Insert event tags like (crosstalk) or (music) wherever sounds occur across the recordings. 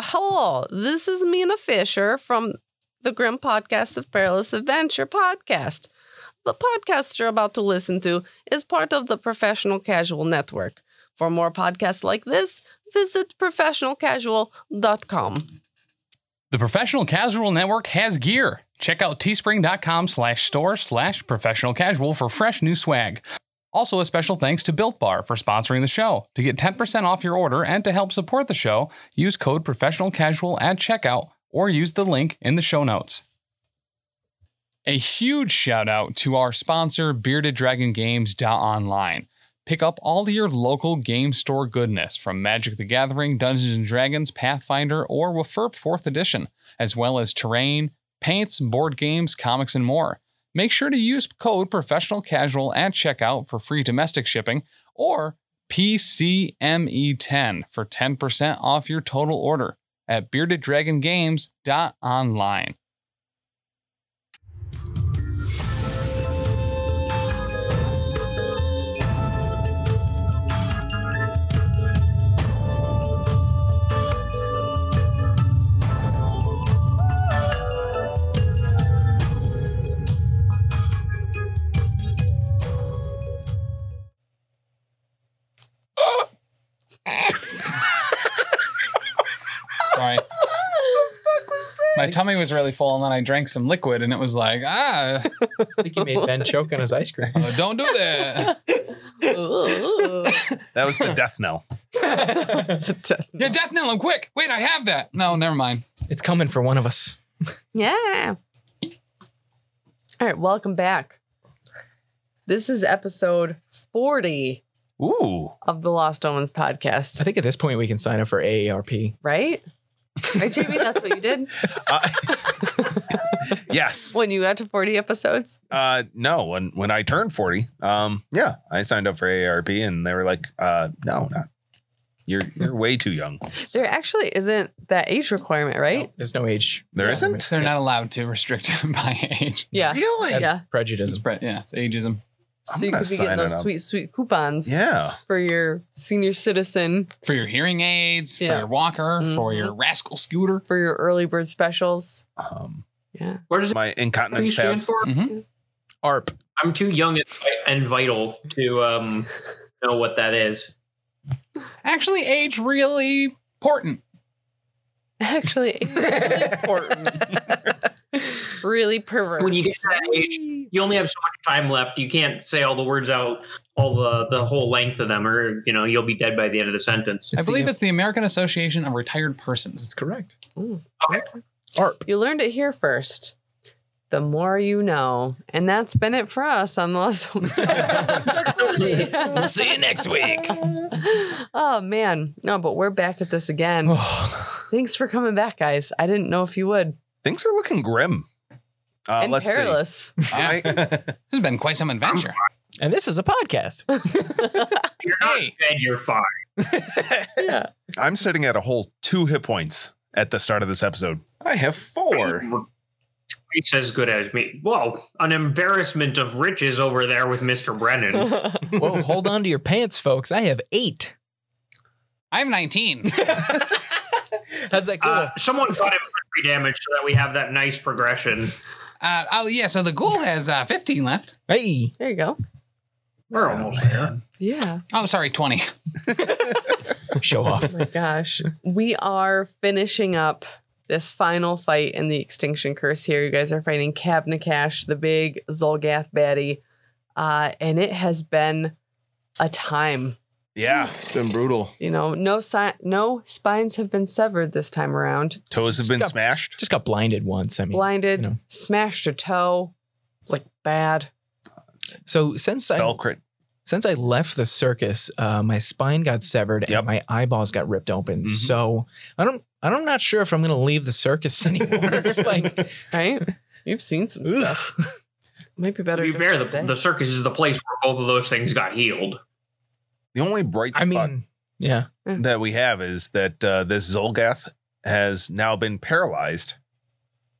Hello, this is Mina Fisher from the Grim Podcast of Perilous Adventure podcast. The podcast you're about to listen to is part of the Professional Casual Network. For more podcasts like this, visit professionalcasual.com. The Professional Casual Network has gear. Check out teespring.com slash store slash professional casual for fresh new swag. Also, a special thanks to Built Bar for sponsoring the show. To get 10% off your order and to help support the show, use code professional casual at checkout or use the link in the show notes. A huge shout out to our sponsor, Bearded Dragon Games Online. Pick up all your local game store goodness from Magic the Gathering, Dungeons and Dragons, Pathfinder, or Wafurp 4th Edition, as well as terrain, paints, board games, comics, and more. Make sure to use code Professional Casual at checkout for free domestic shipping or PCME10 E for 10% off your total order at beardeddragongames.online. Sorry. My tummy was really full, and then I drank some liquid, and it was like, ah, I think you made Ben choke on his (laughs) ice cream. uh, don't do that. That was the death knell. You're death knell, I'm quick. Wait, I have that. No, never mind. It's coming for one of us. Yeah. All right, welcome back. This is episode 40 Ooh. of the Lost Omens podcast, I think at this point we can sign up for AARP. right? Right, Jamie? That's what you did Uh, (laughs) yes. (laughs) when you got to 40 episodes? Uh, no. When when I turned forty, um, yeah, I signed up for AARP, and they were like, uh, no, not. You're you're way too young. There actually isn't that age requirement, right? There's no age. There requirement. isn't? They're not allowed to restrict it (laughs) by age. Yeah. Really? That's Yeah. prejudice. Spread, yeah, it's ageism. So you I'm gonna could be getting sign it those up. sweet, sweet coupons Yeah. for your senior citizen, For your hearing aids, Yeah. for your walker, for your rascal scooter. for your early bird specials. Um, Yeah. What does it my what do you incontinence stand pads. for? Mhm. ARP. I'm too young and, and vital to um, know what that is. Actually, age really important. (laughs) Actually, it's really important. really perverse. When you get to that age, you only have so much time left. You can't say all the words out, all the the whole length of them, or you know you'll be dead by the end of the sentence. I It's the- believe it's the American Association of Retired Persons. That's correct. Okay. ARP. You learned it here first. The more you know. And that's been it for us on the last one. We'll see you next week. (laughs) oh man. No, but we're back at this again. Oh, Thanks for coming back, guys. I didn't know if you would. Things are looking grim. Uh, and let's perilous. see. I, This has been quite some adventure. (sighs) Oh and this is a podcast. You're not Hey. dead. You're fine. yeah. I'm sitting at a whole two hit points at the start of this episode. I have four. It's as good as me. Whoa, an embarrassment of riches over there with Mister Brennan. (laughs) Whoa, hold on to your pants, folks. I have eight. I'm 19. How's that go? Ah. Uh, someone got it for three damage so that we have that nice progression. Uh, oh, yeah. So the ghoul has uh, 15 left. hey. There you go. We're almost there. Yeah. Oh, sorry, (laughs) 20. Show off. Oh (laughs) my gosh. We are finishing up this final fight in the Extinction Curse here. You guys are fighting Kavnakash, the big Zolgath baddie. Uh, and it has been a time. Yeah. Hmm. It's been brutal. You know, no si- no spines have been severed this time around. Toes have been Stop. smashed. Just got blinded once. I mean, Blinded, you know. smashed a toe, like bad. so since I Bell crit. since I left the circus, uh, my spine got severed Yep. and my eyeballs got ripped open. Mhm. So I don't, I don't, I'm not sure if I'm going to leave the circus (laughs) (laughs) anymore. like, Right? You've seen some stuff. oof. Might be better. To be just to fair, the, stay. the circus is the place where both of those things got healed. The only bright I spot mean, yeah, that we have is that uh, this Zolgath has now been paralyzed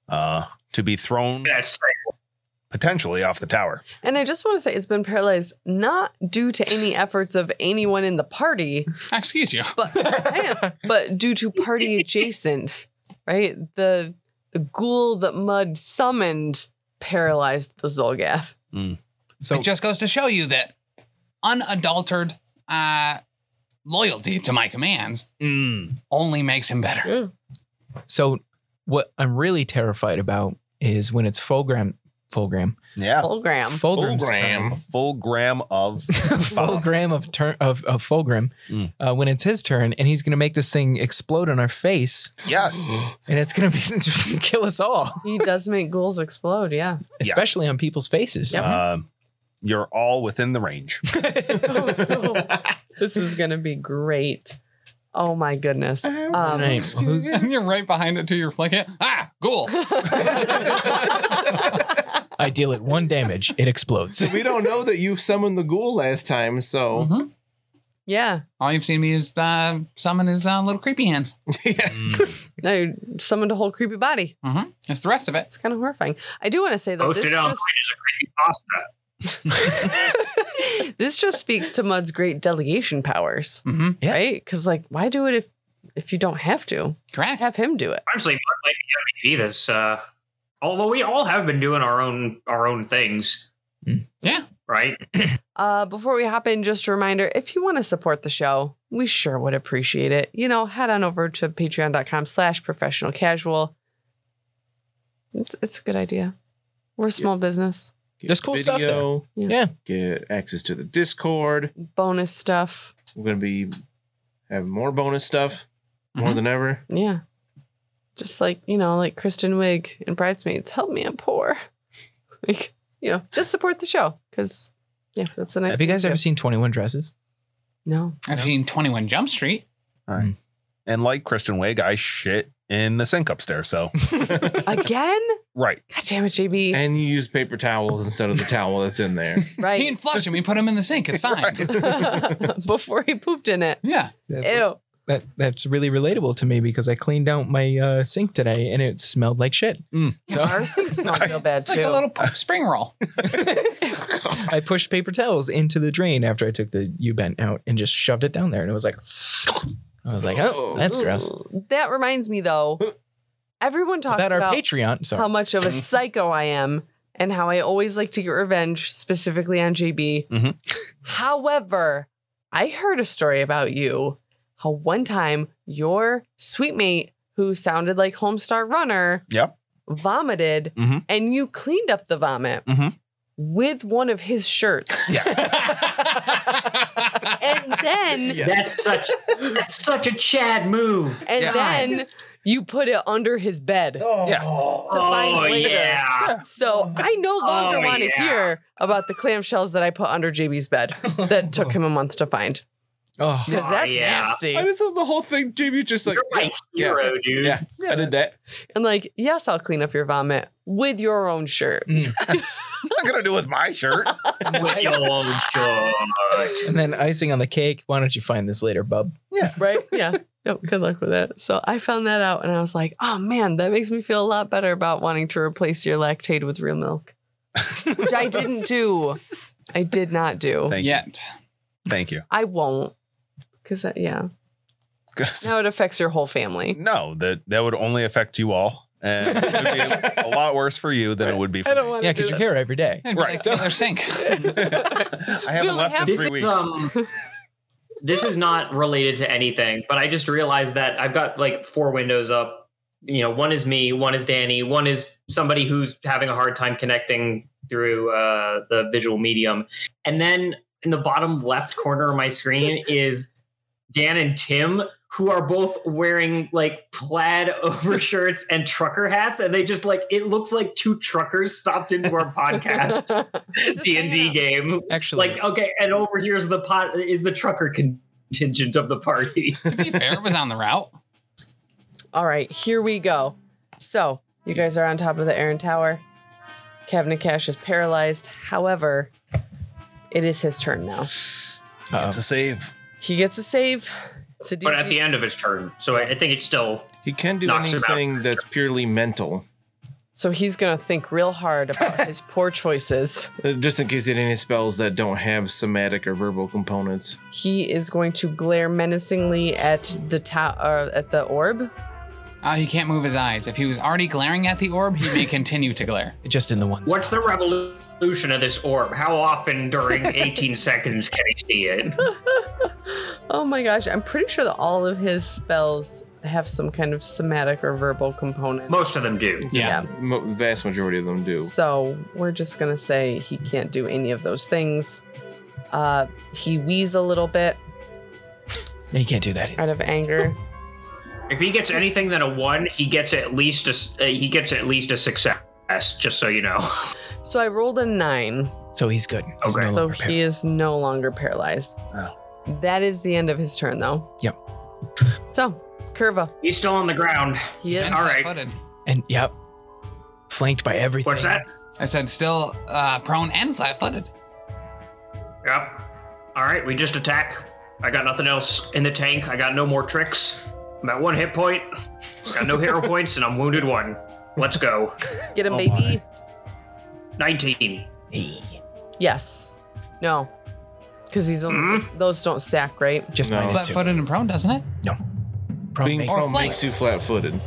uh, to be thrown That's potentially off the tower. And I just want to say it's been paralyzed not due to any efforts of anyone in the party, Excuse you. but hang on, but due to party adjacent, right? The the ghoul that Mud summoned paralyzed the Zolgath. So it just goes to show you that unadulterated uh, loyalty to my commands Mm. only makes him better. so what I'm really terrified about is when it's Fulgram Fulgram Yeah. Fulgram. Fulgram's turn. (laughs) Full gram of Full gram of turn of, of Fulgrim Mm. uh, when it's his turn and he's gonna make this thing explode on our face Yes. and it's gonna (laughs) be kill us all He does make ghouls explode, yeah. Yes. especially on people's faces Yep. Um, you're all within the range. This is gonna be great. Oh my goodness. What's his Um, name? Who's- and (laughs) you're right behind it too. You're flicking it. Ah, ghoul. I deal it one damage it (laughs) explodes we don't know that you summoned the ghoul last time, Oh. so Mhm. (laughs) yeah. All you've seen me is uh, summon his uh, little creepy hands. yeah. No, you summoned a whole creepy body. Mm-hmm. That's the rest of it. It's kind of horrifying. I do want to say though, Post this it on just, Pasta. (laughs) this just speaks to Mud's great delegation powers, Mm-hmm. Yeah. right? Because like, why do it if if you don't have to? Correct. Have him do it. Honestly, Mud might be having to do this. Uh, although we all have been doing our own our own things. Hmm. Yeah. Right. Uh, before we hop in, just a reminder: if you want to support the show, we sure would appreciate it. You know, head on over to Patreon.com/slash Professional Casual. It's it's a good idea. We're a small business. Get There's cool stuff there. Yeah. Yeah. Get access to the Discord. Bonus stuff. We're gonna be having more bonus stuff, more Mm-hmm. Mhm. than ever. Yeah. Just like, you know, like Kristen Wiig and Bridesmaids, help me, I'm poor. (laughs) Like, you know, just support the show because, yeah, that's the nice have you thing guys to ever do. seen 21 dresses No. I've seen 21 Jump Street. And like Kristen Wiig, I shit in the sink upstairs. So Again? (laughs) right. (laughs) God damn it, (laughs) JB. And you use paper towels instead of the towel that's (laughs) in there. He didn't (laughs) right. flush him. We put him in the sink. (laughs) It's fine. Before he pooped in it. Yeah. Ew. that that's really relatable to me because I cleaned out my uh, sink today and it smelled like shit. Mm. So Our sinks smell (laughs) real bad It's like a too. little p- spring roll. I pushed paper towels into the drain after I took the U bent out and just shoved it down there, and it was like, I was like, oh, that's gross. That reminds me though, everyone talks About about, our Patreon, how sorry. much of Mm-hmm. a psycho I am and how I always like to get revenge, specifically on JB. Mhm. However, I heard a story about you how one time your sweet mate, who sounded like Homestar Runner, Yep. vomited Mhm. and you cleaned up the vomit Mhm. with one of his shirts. (laughs) And then, That's such that's such a Chad move. and Yeah. then you put it under his bed. (laughs) To find Oh later. yeah. (laughs) So I no longer Oh, want to yeah. hear about the clamshells that I put under JB's bed that took him a month to find Oh, (laughs) because Oh, that's yeah. nasty. I just love the whole thing. Jamie's just like, You're my yeah, hero, dude. yeah, I did that. And like, yes, I'll clean up your vomit with your own shirt. I'm not gonna do it with my shirt. With your own shirt. and then icing on the cake. Why don't you find this later, bub? Right? Yeah. Nope, good luck with that. So I found that out and I was like, oh man, that makes me feel a lot better about wanting to replace your lactate with real milk. Which I didn't do. I did not do. (laughs) Thank you. Yet. Thank you. I won't. Cause that, yeah. 'Cause- Now it affects your whole family. No, that that would only affect you all, and it would be a lot worse for you than it would be for I don't me. want to Yeah, because you're here every day. It'd be Right. Like Taylor (laughs) Sink. I We haven't only left have in This three is weeks. um this is not related to anything, but I just realized that I've got like four windows up. You know, one is me, one is Danny, one is somebody who's having a hard time connecting through uh, the visual medium. And then in the bottom left corner of (laughs) my screen is Dan and Tim, who are both wearing like plaid (laughs) overshirts and trucker hats, and they just like it looks like two truckers stopped into (laughs) our (laughs) podcast D and D game. Actually, Like, okay, and over here's the pot is the trucker contingent of the party. to be fair, it was on the route. All right, here we go. So, you guys are on top of the Aaron Tower. Kevin Cash is paralyzed. However, it is his turn now. uh-oh. it's a save. He gets a save. It's a DC. (laughs) But at the end of his turn, so I, I think it's still He can do Knocks him out. anything that's purely mental. So he's going to think real hard (laughs) about his poor choices. Uh, Just in case you had any spells that don't have somatic or verbal components. He is going to glare menacingly at the ta- uh, at the orb. Uh, he can't move his eyes. If he was already glaring at the orb, he may (laughs) continue to glare. Just in the ones. What's the revolution of this orb? How often during 18 seconds can I see it? Oh my gosh, I'm pretty sure that all of his spells have some kind of somatic or verbal component. Most of them do. Yeah. Mo- vast majority of them do. So we're just gonna say he can't do any of those things. Uh, he wheezes a little bit No, you can't do that. out of anger. If he gets anything than a one, he gets at least a s- uh, he gets at least a success. Just so you know. so I rolled a nine, So he's good. He's Okay. no so longer he is no longer paralyzed. Oh. That is the end of his turn, though. Yep. So, Curva, He's still on the ground. he is And All right. flat-footed. par- And yep. Flanked by everything. What's that? I said still uh, prone and flat footed. Yep. All right, we just attack. I got nothing else in the tank. I got no more tricks. I'm at one hit point. I got no hero points, and I'm wounded one. Let's go. get him, Oh baby. my. 19. Yes. No. Because he's only Mm-hmm. those don't stack, right? Just No. minus Flat two. footed and prone, doesn't it? Prone Being makes- prone flanked. makes you flat-footed.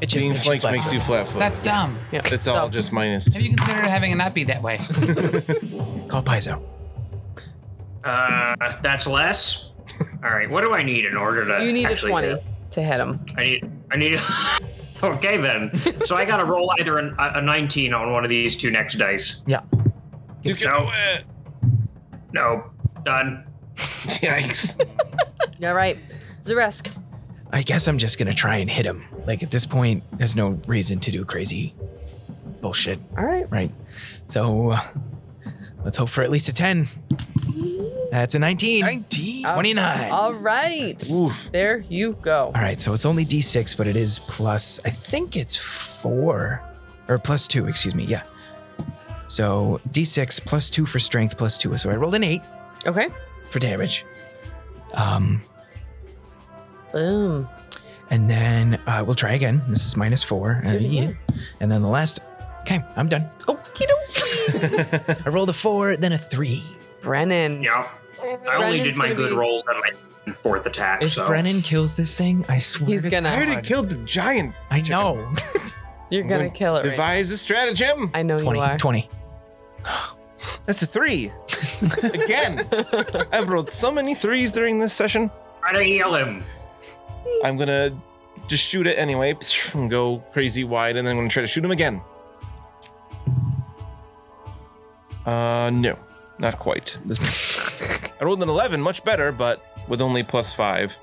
it just Being makes you flanked flat. makes you flat-footed. That's dumb. Yeah. It's So, all just minus. Have you considered having it not be that way? Call Paizo. (laughs) Uh, that's less. All right, what do I need in order to? you need a actually twenty hit? to hit him. I need. I need. (laughs) okay then. So I got to roll either an, a a 19 on one of these two next dice. You can No. do it. No, done. Yikes. All right, Zaresk. I guess I'm just gonna try and hit him. Like at this point, there's no reason to do crazy bullshit, All right. right? So uh, let's hope for at least a 10. That's a 19. 19. 29. All right. Oof. There you go. All right, so it's only d6, but it is plus, I think it's four or plus two, excuse me. Yeah. So d6 plus two for strength plus two. So I rolled an eight Okay. for damage. Um, Boom. and then uh, we'll try again. This is minus four. Uh, yeah. And then the last. Okay, I'm done. Okie (laughs) dokie. I rolled a four, then a three. Brennan. Yeah. I only Brennan's did my gonna good be- rolls on my fourth attack. If so Brennan kills this thing, I swear. He's to- gonna. I already killed the giant. I know. You're gonna kill it. Right? Devise a stratagem. I know you 20. are. 20. That's (laughs) a three. Again. I've rolled so many threes during this session. try to heal him. I'm gonna just shoot it anyway (sniffs) and go crazy wide, and then I'm gonna try to shoot him again. Uh, no, not quite. This- (laughs) I rolled an 11, much better, but with only plus five.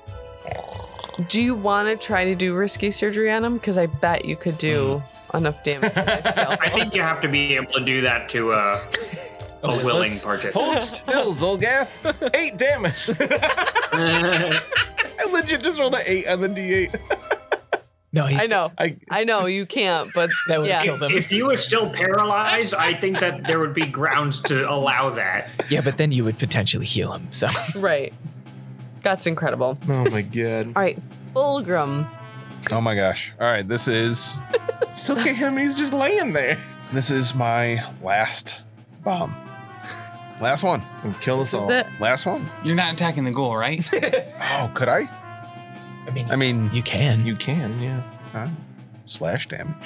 Do you want to try to do risky surgery on him? Because I bet you could do enough damage. with that I scalpel. think you have to be able to do that (laughs) to uh, a willing let's- participant. Hold still, Zolgath. Eight damage. (laughs) I legit just rolled an eight on the d8. No, he's I know. I I know you can't, but That would yeah. kill them. (laughs) If you were still paralyzed, I think that there would be grounds to allow that. Yeah, but then you would potentially heal him. So Right. That's incredible. oh my god. All right, Fulgrim. Oh my gosh. All right, this is Still can't hit him. He's just laying there. this is my last bomb. Last one. And kill us This is all. it. Last one. You're not attacking the goal, right? Oh, could I? I mean, I mean, you can. You (laughs) can, yeah. uh, splash damage.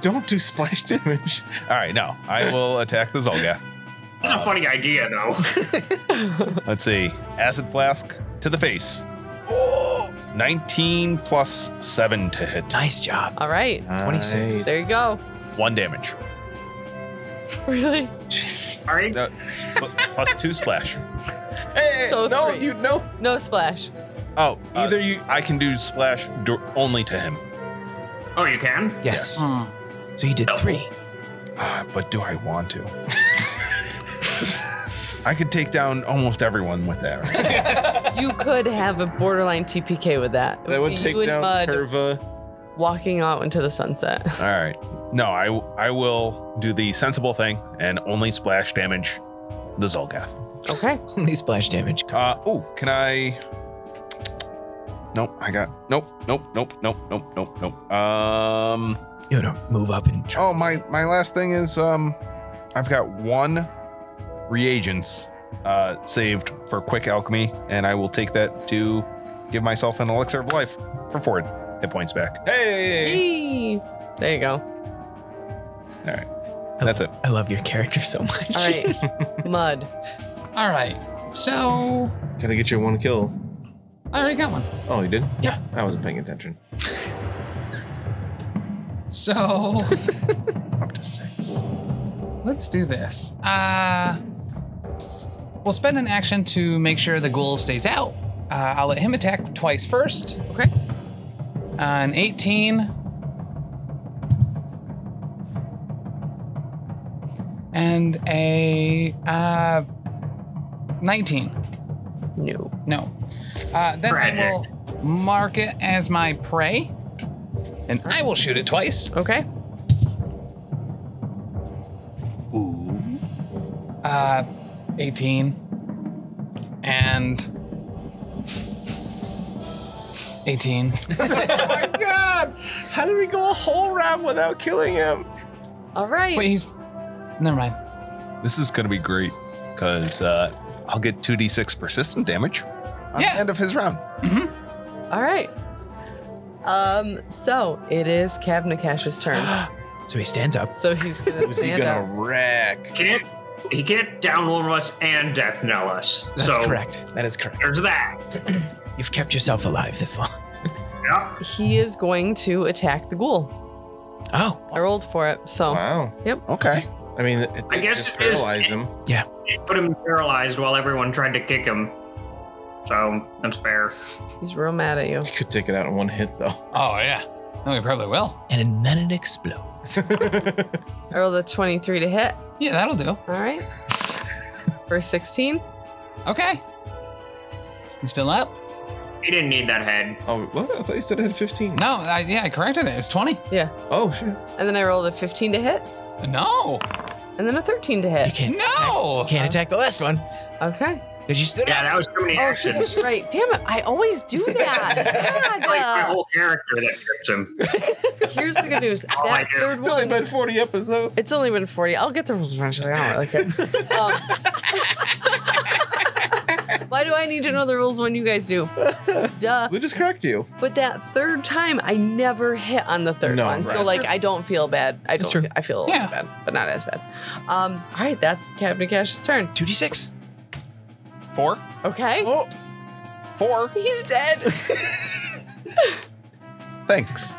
Don't do splash damage. All right, no, (laughs) I will attack the Zolgath. That's a funny idea, though. (laughs) Let's see. Acid flask to the face. (gasps) 19 plus 7 to hit. nice job. All right. 26. There you go. (laughs) One damage. Really? All right. Uh, pl- plus 2 splash. Hey, So no, three. you no. No splash. Oh, Either either you I can do splash do- only to him. Oh, you can? Yes. Hmm. So you did three. (laughs) Ah, but do I want to? (laughs) I could take down almost everyone with that. (laughs) right? You could have a borderline TPK with that. It That would be take you and down Mud Curva. walking out into the sunset. All right. No, I I will do the sensible thing and only splash damage the Zolgath. Okay. Only splash damage. Uh, oh, can I? Nope. I got nope. Nope. Nope. Nope. Nope. Nope. Nope. Um. You don't move up and try. Oh my. My last thing is um, I've got one reagents uh saved for quick alchemy, and I will take that to give myself an elixir of life for forward hit points back. Hey! Hey. There you go. That's it. I love your character so much. All (laughs) right. Mud. All right. So Can I get you one kill? I already got one. Oh, you did? Yeah. I wasn't paying attention. So Up to six. let's do this. Uh, we'll spend an action to make sure the ghoul stays out. Uh, I'll let him attack twice first. Uh, Okay. An 18. And a uh, 19. No. No. Uh, then I Tragic. will mark it as my prey. And I will shoot it twice. Okay. Uh, 18. And 18. God! How did we go a whole round without killing him? All right. Wait, he's. Never mind. This is gonna be great because uh, I'll get two d six persistent damage on Yeah. the end of his round. All right. Um. So it is Kavnakash's (gasps) turn. So he stands up. So he's gonna Is he stand gonna up. wreck? Can't he can't downwarm us and death knell us? That's so correct. That is correct. there's that. You've kept yourself alive this long. (laughs) Yeah. He is going to attack the ghoul. Oh, I rolled for it. So Wow. Okay. I mean, it, I it guess just it is- paralyze him. It put him paralyzed while everyone tried to kick him. So that's fair. he's real mad at you. You could take it out in one hit, though. Oh, yeah. No, he probably will. and then it (laughs) explodes. I rolled a 23 to hit. Yeah, that'll do. All right. For 16. Okay. You still up? He didn't need that head. Oh, what? I thought you said it had 15. No, I, yeah, I corrected it. It's 20. Oh, shit. And then I rolled a 15 to hit. No. And then a 13 to You hit. can't. No. Can't attack the last one Okay. because you stood Yeah, up. that was too many Oh, shit, actions. that's right. Damn it. I always (laughs) do that. Like my God. whole character that trips him. Here's the good news. Oh, That my third It's only one. been 40 episodes. It's only been 40. I'll get the rules eventually. I don't really (laughs) care. Um, why do I need to know the rules when you guys do? Duh. We just correct you. But that third time, I never hit on the third No, one. So right. like, I don't feel bad. I That's don't. true. I feel a Yeah. little bad, but not as bad. Um, all right, that's Captain Cash's turn. Two d six. Four. Okay, Oh. Four. he's dead. Thanks.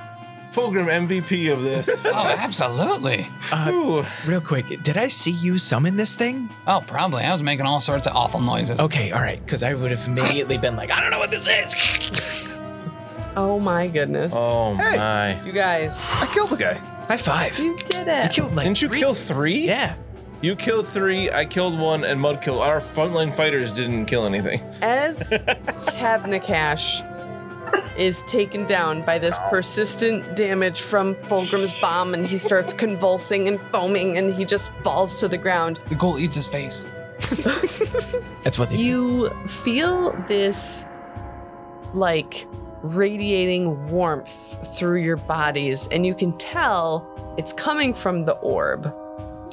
Fulgrim MVP of this. Oh, absolutely. Ooh. Uh, Real quick, did I see you summon this thing? Oh, probably. I was making all sorts of awful noises. Okay, all right, because I would have immediately been like, I don't know what this is. (laughs) oh my goodness, Oh, Hey. my. you guys, I killed a guy. High five. You you did it. killed like. Didn't you three kill things. three? Yeah. You killed three, I killed one, and Mud killed. Our frontline fighters didn't kill anything. As Kavnakash is taken down by this persistent damage from Fulgrim's bomb, and he starts convulsing and foaming, and he just falls to the ground. The ghoul eats his face. That's what they do. you feel this like radiating warmth through your bodies and you can tell it's coming from the orb and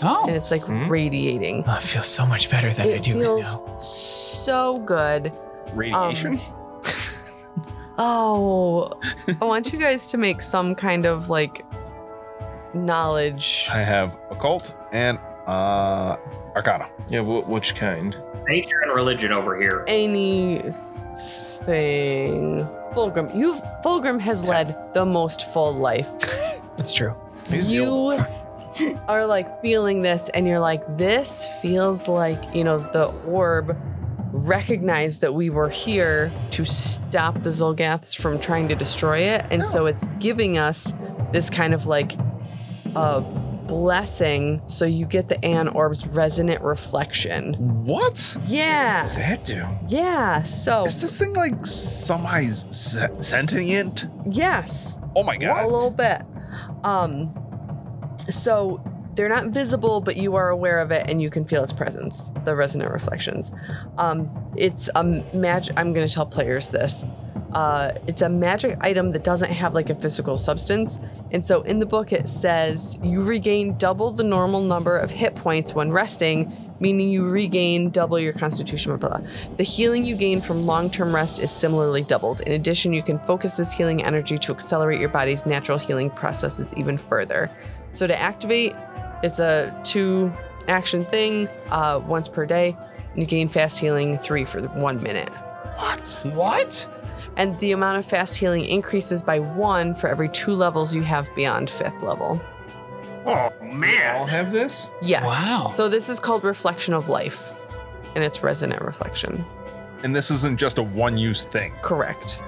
Oh. it's like Hmm. radiating Oh, it feels so much better than I it do feels right now. so good Um, Radiation. oh i want you guys to make some kind of like knowledge I have occult and uh arcana. Yeah, wh- which kind? Nature and religion over here. anything fulgrim you've fulgrim has led the most full life That's true. He's the old- you (laughs) are like feeling this and you're like this feels like you know the orb recognized that we were here to stop the zolgaths from trying to destroy it and so Oh. it's giving us this kind of like a blessing so you get the an orb's resonant reflection What? yeah Does that do? yeah so Is this thing like somehow se- sentient? yes Oh my god. a little bit. Um, so they're not visible, but you are aware of it and you can feel its presence, the resonant reflections. Um, it's a magic. I'm going to tell players this. uh, it's a magic item that doesn't have like a physical substance. And so in the book, it says you regain double the normal number of hit points when resting, meaning you regain double your constitution. Blah, blah, blah. The healing you gain from long term rest is similarly doubled. In addition, you can focus this healing energy to accelerate your body's natural healing processes even further. So to activate, it's a two action thing uh, once per day. You gain fast healing three for one minute What? What? and the amount of fast healing increases by one for every two levels you have beyond fifth level. Oh I'll man. have this. Yes. Wow. So this is called Reflection of Life, and it's resonant reflection. And this isn't just a one use thing. Correct.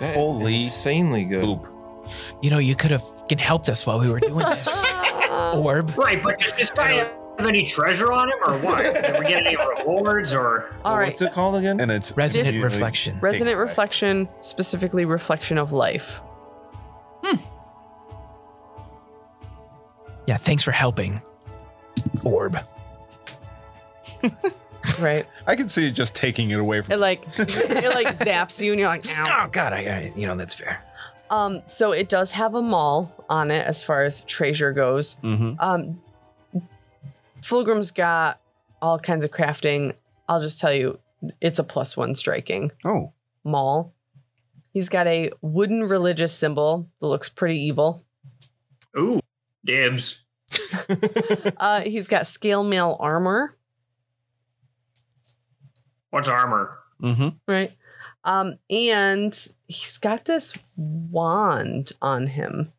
That is Holy insanely good. Boop. You know, you could have fucking helped us while we were doing this. (laughs) Orb. Right, but does this guy have any treasure on him or what? Did we get any rewards or All Well, right. What's it called again? And it's Resonant This- reflection. resonant Take it back. reflection, specifically reflection of life. Yeah, thanks for helping. Orb. Right. I can see it just taking it away it from. like it like zaps you, and you're like, ow. Oh god, I, I you know that's fair. Um, so it does have a mall on it as far as treasure goes. Mhm. Um, Fulgrim's got all kinds of crafting. I'll just tell you, it's a plus one striking Oh, mall. He's got a wooden religious symbol that looks pretty evil. ooh, dibs. Uh, he's got scale mail armor, What's armor? mm-hmm. right? Um, and he's got this wand on him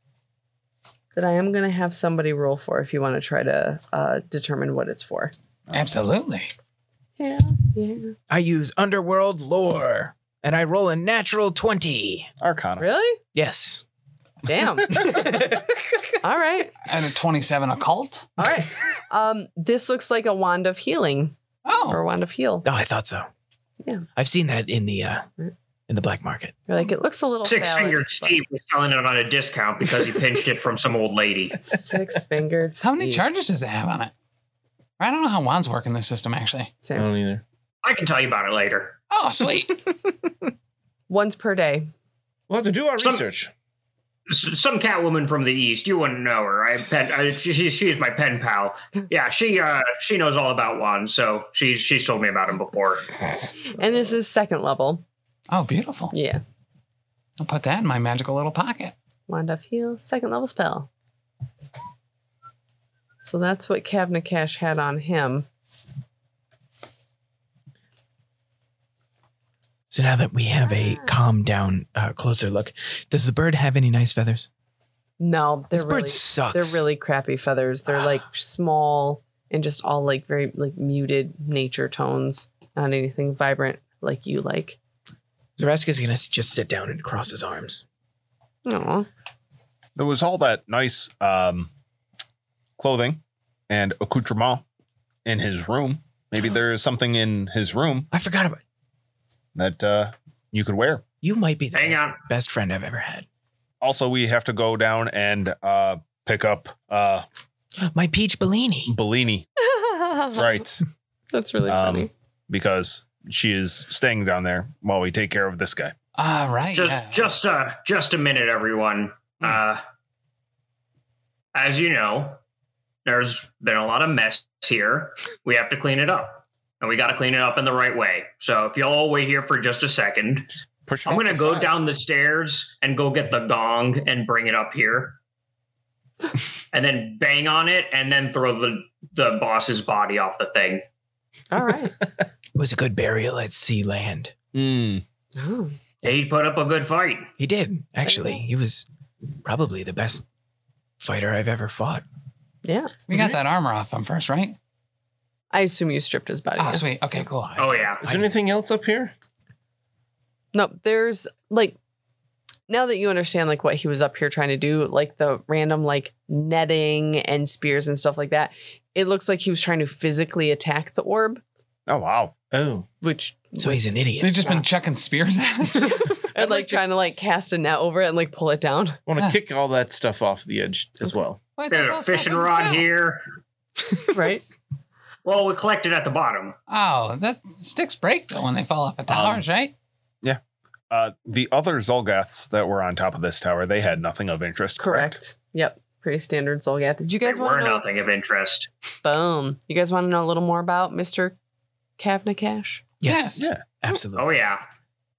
that I am going to have somebody roll for if you want to try to uh, determine what it's for. Absolutely. Yeah, yeah. I use underworld lore and I roll a natural 20. Arcana. Really? Yes. Damn. (laughs) all right. And a 27 occult? All right. Um, this looks like a wand of healing or Oh. a wand of heal. Oh, I thought so. Yeah. I've seen that in the uh in the black market. You're like, it looks a little Six phallic, fingered but- Steve was selling it on a discount because he pinched it from some old lady. Six fingered. How many Steve. charges does it have on it? I don't know how wands work in this system, actually. I Same. don't either. I can tell you about it later. Oh, (laughs) sweet. Once per day. We'll have to do our Some- research. S- some catwoman from the east. You wouldn't know her. I pen. I, she, she, she's my pen pal. Yeah, she uh she knows all about wands. So she's she's told me about them before. And this is second level. oh, beautiful. Yeah. I'll put that in my magical little pocket. Wand of heal, second level spell. So that's what Kavnakash had on him. So now that we have a Ah. calm down, uh, closer look, does the bird have any nice feathers? No, they're this really, bird sucks. Ah. they're really crappy feathers. They're like small and just all like very like muted nature tones. Not anything vibrant like you like. Zaraska's gonna s- just sit down and cross his arms. Aw. There was all that nice um, clothing and accoutrement in his room. Maybe there is something in his room I forgot about that uh, you could wear. you. Might be the Hang best, on. best friend I've ever had. Also, we have to go down and uh, pick up uh, My peach Bellini. (laughs) Bellini, right? (laughs) That's really Um, funny. because she is staying down there while we take care of this guy. All right. Just yeah. just uh just a minute, everyone. Uh, as you know, there's been a lot of mess here. We have to clean it up, and we got to clean it up in the right way. So if y'all wait here for just a second, Push. him I'm off gonna the go side. down the stairs and go get the gong and bring it up here, and then bang on it, and then throw the the boss's body off the thing. All right. It was a good burial at sea land. Mm. Oh. He put up a good fight. He did actually. He was probably the best fighter I've ever fought. Yeah. we got that armor off him first, right? I assume you stripped his body. Ah, Oh, sweet. Okay, cool. Oh yeah, Is there anything else up here? No, there's like now that you understand like what he was up here trying to do, like the random like netting and spears and stuff like that. It looks like he was trying to physically attack the orb, (laughs) Oh wow. Oh, which So he's an They've idiot. just been chucking spears at him. (laughs) and like trying to like cast a net over it and like pull it down. I want to Ah. kick all that stuff off the edge as well. Wait, there's that's a all stuff fishing we can rod sell. here. Right? Well, we collected at the bottom. Um, Oh, that sticks break though when they fall off at towers, right? Uh, the other Zolgaths that were on top of this tower, they had nothing of interest, correct? Yep. Pretty standard Zolgath. Did you guys There want were to know? nothing of interest. Boom. You guys want to know a little more about Mr. Kavnakash? Yes. Yeah. Absolutely. Oh yeah.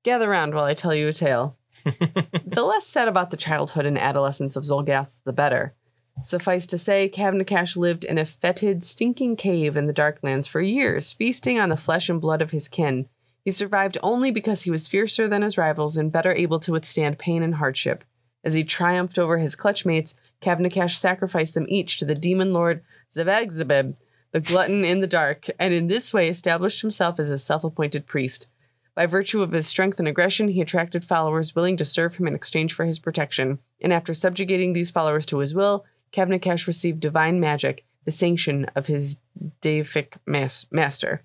Gather round while I tell you a tale. the less said about the childhood and adolescence of Zolgath, the better. Suffice to say, Kavnakash lived in a fetid, stinking cave in the Darklands for years, feasting on the flesh and blood of his kin. He survived only because he was fiercer than his rivals and better able to withstand pain and hardship. As he triumphed over his clutch mates, Kavnakash sacrificed them each to the demon lord Zebagzebeb, the glutton in the dark, and in this way established himself as a self appointed priest. By virtue of his strength and aggression, he attracted followers willing to serve him in exchange for his protection. And after subjugating these followers to his will, Kavnakash received divine magic, the sanction of his deific mas- master.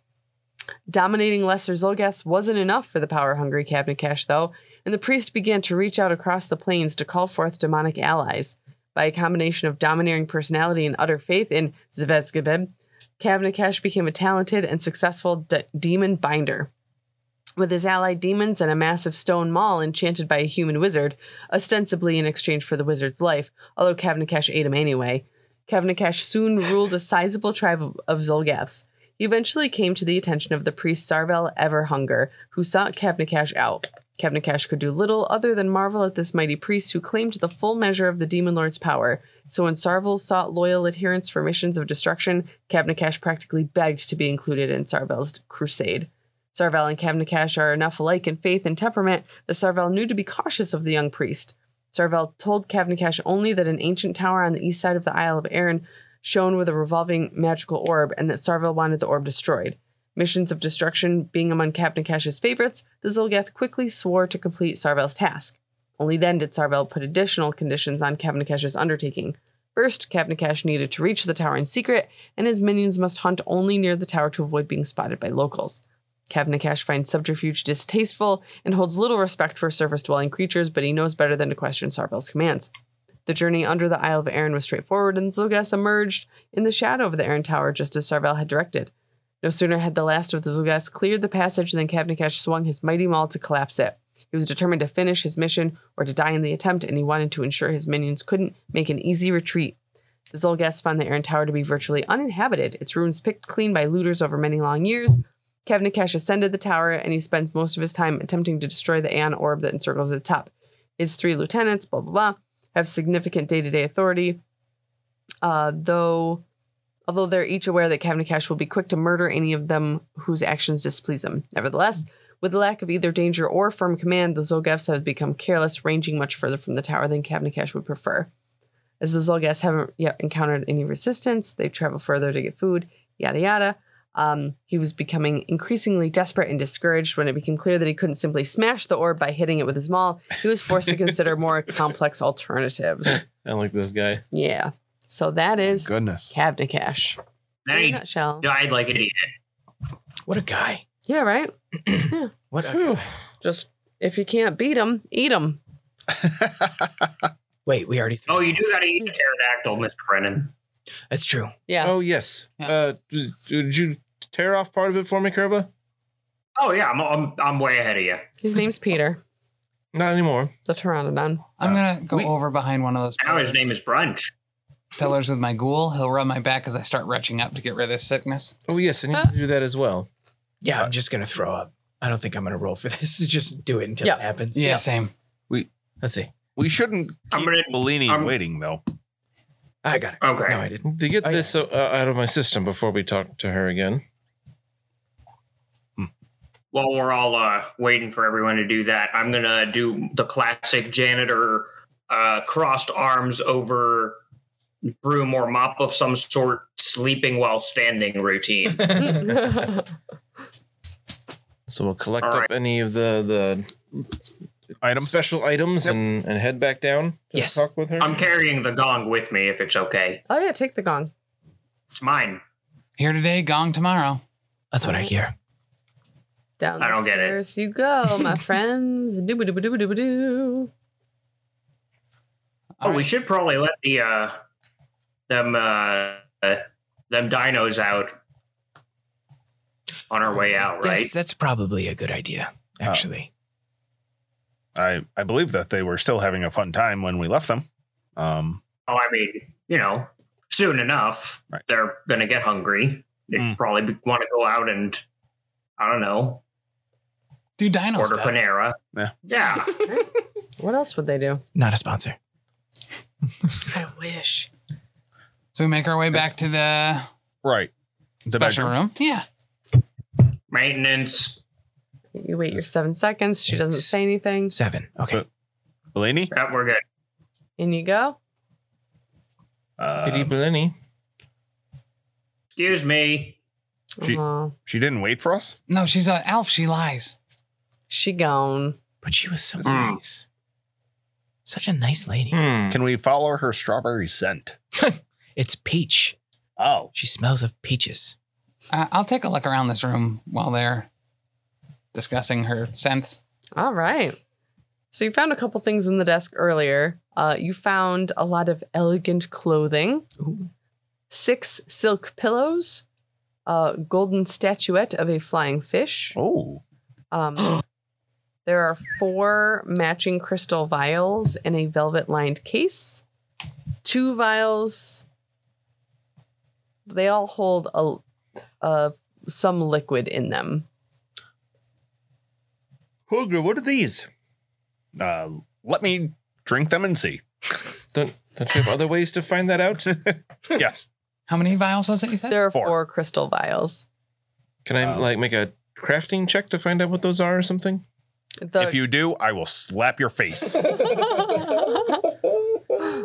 Dominating lesser Zolgaths wasn't enough for the power hungry Kavnakash, though, and the priest began to reach out across the plains to call forth demonic allies. By a combination of domineering personality and utter faith in Zvezgebib, Kavnakash became a talented and successful de- demon binder. With his allied demons and a massive stone maul enchanted by a human wizard, ostensibly in exchange for the wizard's life, although Kavnakash ate him anyway, Kavnakash soon ruled a sizable tribe of, of Zolgaths. He eventually came to the attention of the priest Sarvel Everhunger, who sought Kavnakash out. Kavnakash could do little other than marvel at this mighty priest who claimed the full measure of the demon lord's power. So when Sarvel sought loyal adherents for missions of destruction, Kavnakash practically begged to be included in Sarvel's crusade. Sarvel and Kavnakash are enough alike in faith and temperament that Sarvel knew to be cautious of the young priest. Sarvel told Kavnakash only that an ancient tower on the east side of the Isle of Arran shone with a revolving magical orb and that Sarvel wanted the orb destroyed. Missions of destruction being among Kavnakash's favorites, the Zolgath quickly swore to complete Sarvel's task. Only then did Sarvel put additional conditions on Kavnakash's undertaking. First, Kavnakash needed to reach the tower in secret, and his minions must hunt only near the tower to avoid being spotted by locals. Kavnakash finds subterfuge distasteful and holds little respect for surface dwelling creatures, but he knows better than to question Sarvel's commands. The journey under the Isle of Arran was straightforward, and Zulgas emerged in the shadow of the Arran Tower just as Sarvel had directed. No sooner had the last of the Zulgas cleared the passage than Kavnakash swung his mighty maul to collapse it. He was determined to finish his mission or to die in the attempt, and he wanted to ensure his minions couldn't make an easy retreat. The Zulgas found the Arran Tower to be virtually uninhabited, its ruins picked clean by looters over many long years, Kevnakash ascended the tower and he spends most of his time attempting to destroy the Aeon orb that encircles its top. His three lieutenants, blah, blah, blah, have significant day to day authority. Uh, though, although they're each aware that Kevnakash will be quick to murder any of them whose actions displease him. Nevertheless, with the lack of either danger or firm command, the Zolgaths have become careless, ranging much further from the tower than Kevnakash would prefer. As the Zolgaths haven't yet encountered any resistance, they travel further to get food, yada, yada. Um, he was becoming increasingly desperate and discouraged when it became clear that he couldn't simply smash the orb by hitting it with his maul. He was forced to consider (laughs) more complex alternatives. I like this guy. Yeah. So that is Goodness. Kavnakash. Then In a he nutshell. died like an idiot. What a guy. Yeah, right? What a Just if you can't beat him, eat him. Wait, we already. Oh, you do gotta eat a pterodactyl, Mr. Brennan. That's true. Yeah. Oh yes. Yeah. Uh, did, did you tear off part of it for me, Kerba? Oh yeah, I'm, I'm I'm way ahead of you. His name's Peter, Not anymore. the Pteranodon. (laughs) I'm Uh, gonna go we- over behind one of those Now pillars, his name is Brunch. pillars with my ghoul. He'll rub my back as I start retching up to get rid of this sickness. Oh yes, I need Huh? to do that as well. Yeah, Uh, I'm just gonna throw up. I don't think I'm gonna roll for (laughs) this. Just do it until Yeah. it happens. Yeah, same. Let's see. (laughs) We shouldn't I'm keep gonna- Bellini I'm- waiting, though. I got it. Okay. No, I didn't. To get Oh, yeah. this uh, out of my system before we talk to her again. While we're all uh, waiting for everyone to do that, I'm gonna do the classic janitor uh, crossed arms over broom or mop of some sort, sleeping while standing routine. Oh, So we'll collect All up right. any of the the Items. special items Yep. and and head back down. To Yes. Talk with her. I'm carrying the gong with me if it's okay. oh, yeah, take the gong. It's mine. Here today, gong tomorrow. That's what I hear. Down I don't the get it. stairs you go, (laughs) my friends. Doo doo doo doo doo. Oh, All we right. should probably let the uh, them uh, uh, them dinos out on our way out, right? Yes, that's probably a good idea. Actually, I I believe that they were still having a fun time when we left them. Um, Oh, I mean, you know, soon enough, Right. they're going to get hungry. They Mm. probably want to go out and, I don't know, Do dino order stuff. Panera. Yeah. (laughs) Yeah. What else would they do? Not a sponsor. I wish. So we make our way back to the right. The special bedroom. room. Yeah. Maintenance. You wait your seven seconds. She doesn't Six. say anything, Seven. Okay. Bellini. Yeah, we're good. and you go. Uh, Excuse me. She- Aw, she didn't wait for us. No, she's an elf. She lies. she gone. But she was so Mm. nice. Such a nice lady. Hmm. Can we follow her strawberry scent? It's peach. Oh, She smells of peaches. Uh, I'll take a look around this room while they're discussing her sense. All right. So you found a couple things in the desk earlier. Uh, you found a lot of elegant clothing. Ooh. six silk pillows, a golden statuette of a flying fish. oh, Um, there are four matching crystal vials in a velvet lined case. Two vials. They all hold a, a some liquid in them. Hooger, what are these? uh, let me drink them and see. Don't don't you have other ways to find that (laughs) out? yes. How many vials was it you said? There are Four. four, crystal vials. Can I Um, like make a crafting check to find out what those are or something? The- if you do, I will slap your face. (laughs)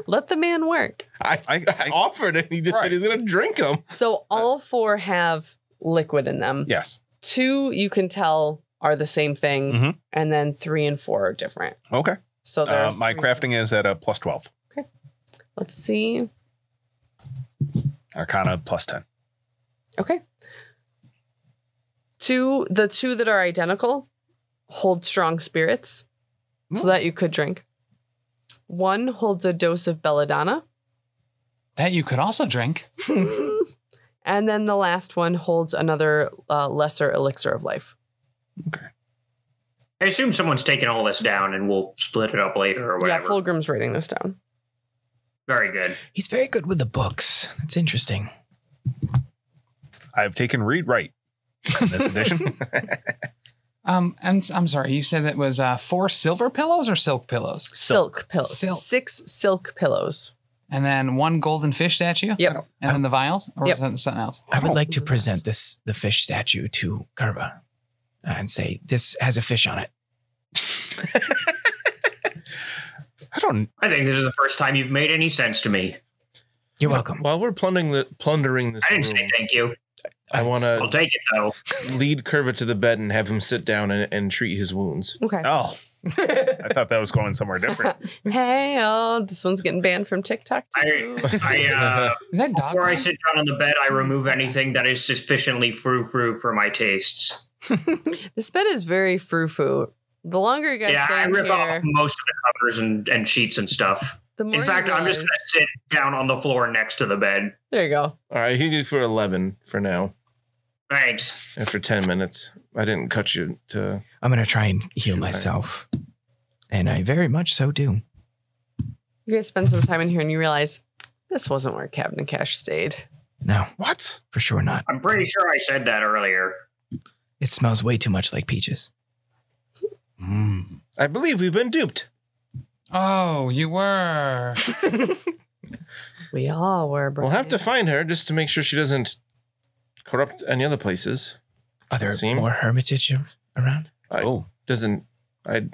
let the man work. I, I- I- offered and he just Right. said he's gonna drink them. So all four have liquid in them. yes. two you can tell are the same thing, Mhm. and then three and four are different. Okay. So Uh, there's my crafting is at a plus twelve. Let's see. Arcana plus ten. Okay. Two, the two that are identical hold strong spirits, so Mm. that you could drink. One holds a dose of belladonna, that you could also drink. and then the last one holds another uh, lesser elixir of life. I assume someone's taking all this down and we'll split it up later or whatever. Yeah, Fulgrim's writing this down. Very good. He's very good with the books. It's interesting. I've taken read write in this (laughs) edition. Um, and s- I'm sorry, you said that was uh, four silver pillows or silk pillows, Silk, pillows. Silk. Six silk pillows. and then one golden fish statue. Yep. And then the vials, or Yep. was that something else? I would like to present this the fish statue to Karva and say, This has a fish on it. I don't. I think this is the first time you've made any sense to me. You're welcome. While we're plundering the plundering this I didn't room, say thank you. I want to Uh, I'll take it though. lead Curva to the bed and have him sit down and, and treat his wounds. Okay. Oh, I thought that was going (laughs) somewhere different. hey, oh, this one's getting banned from TikTok. Too. (laughs) I, I uh, Is that dog? Before I bone? sit down on the bed, I remove anything that is sufficiently frou frou for my tastes. this bed is very frou frou. The longer you guys yeah, I stand rip off here, most of the covers and, and sheets and stuff. the more. In you fact, I'm just realize- going to sit down on the floor next to the bed. There you go. All right, he did for eleven for now. Thanks. After ten minutes, I didn't cut you to. I'm going to try and heal Should I- myself. And I very much so do. You guys spend some time in here, and you realize this wasn't where Captain Cash stayed. No, What? for sure not. I'm pretty sure I said that earlier. It smells way too much like peaches. Mm. I believe we've been duped. Oh, you were. We all were. Brian. We'll have to find her just to make sure she doesn't corrupt any other places. Are there Seem- more hermitage ar- around? I, Oh, Doesn't I?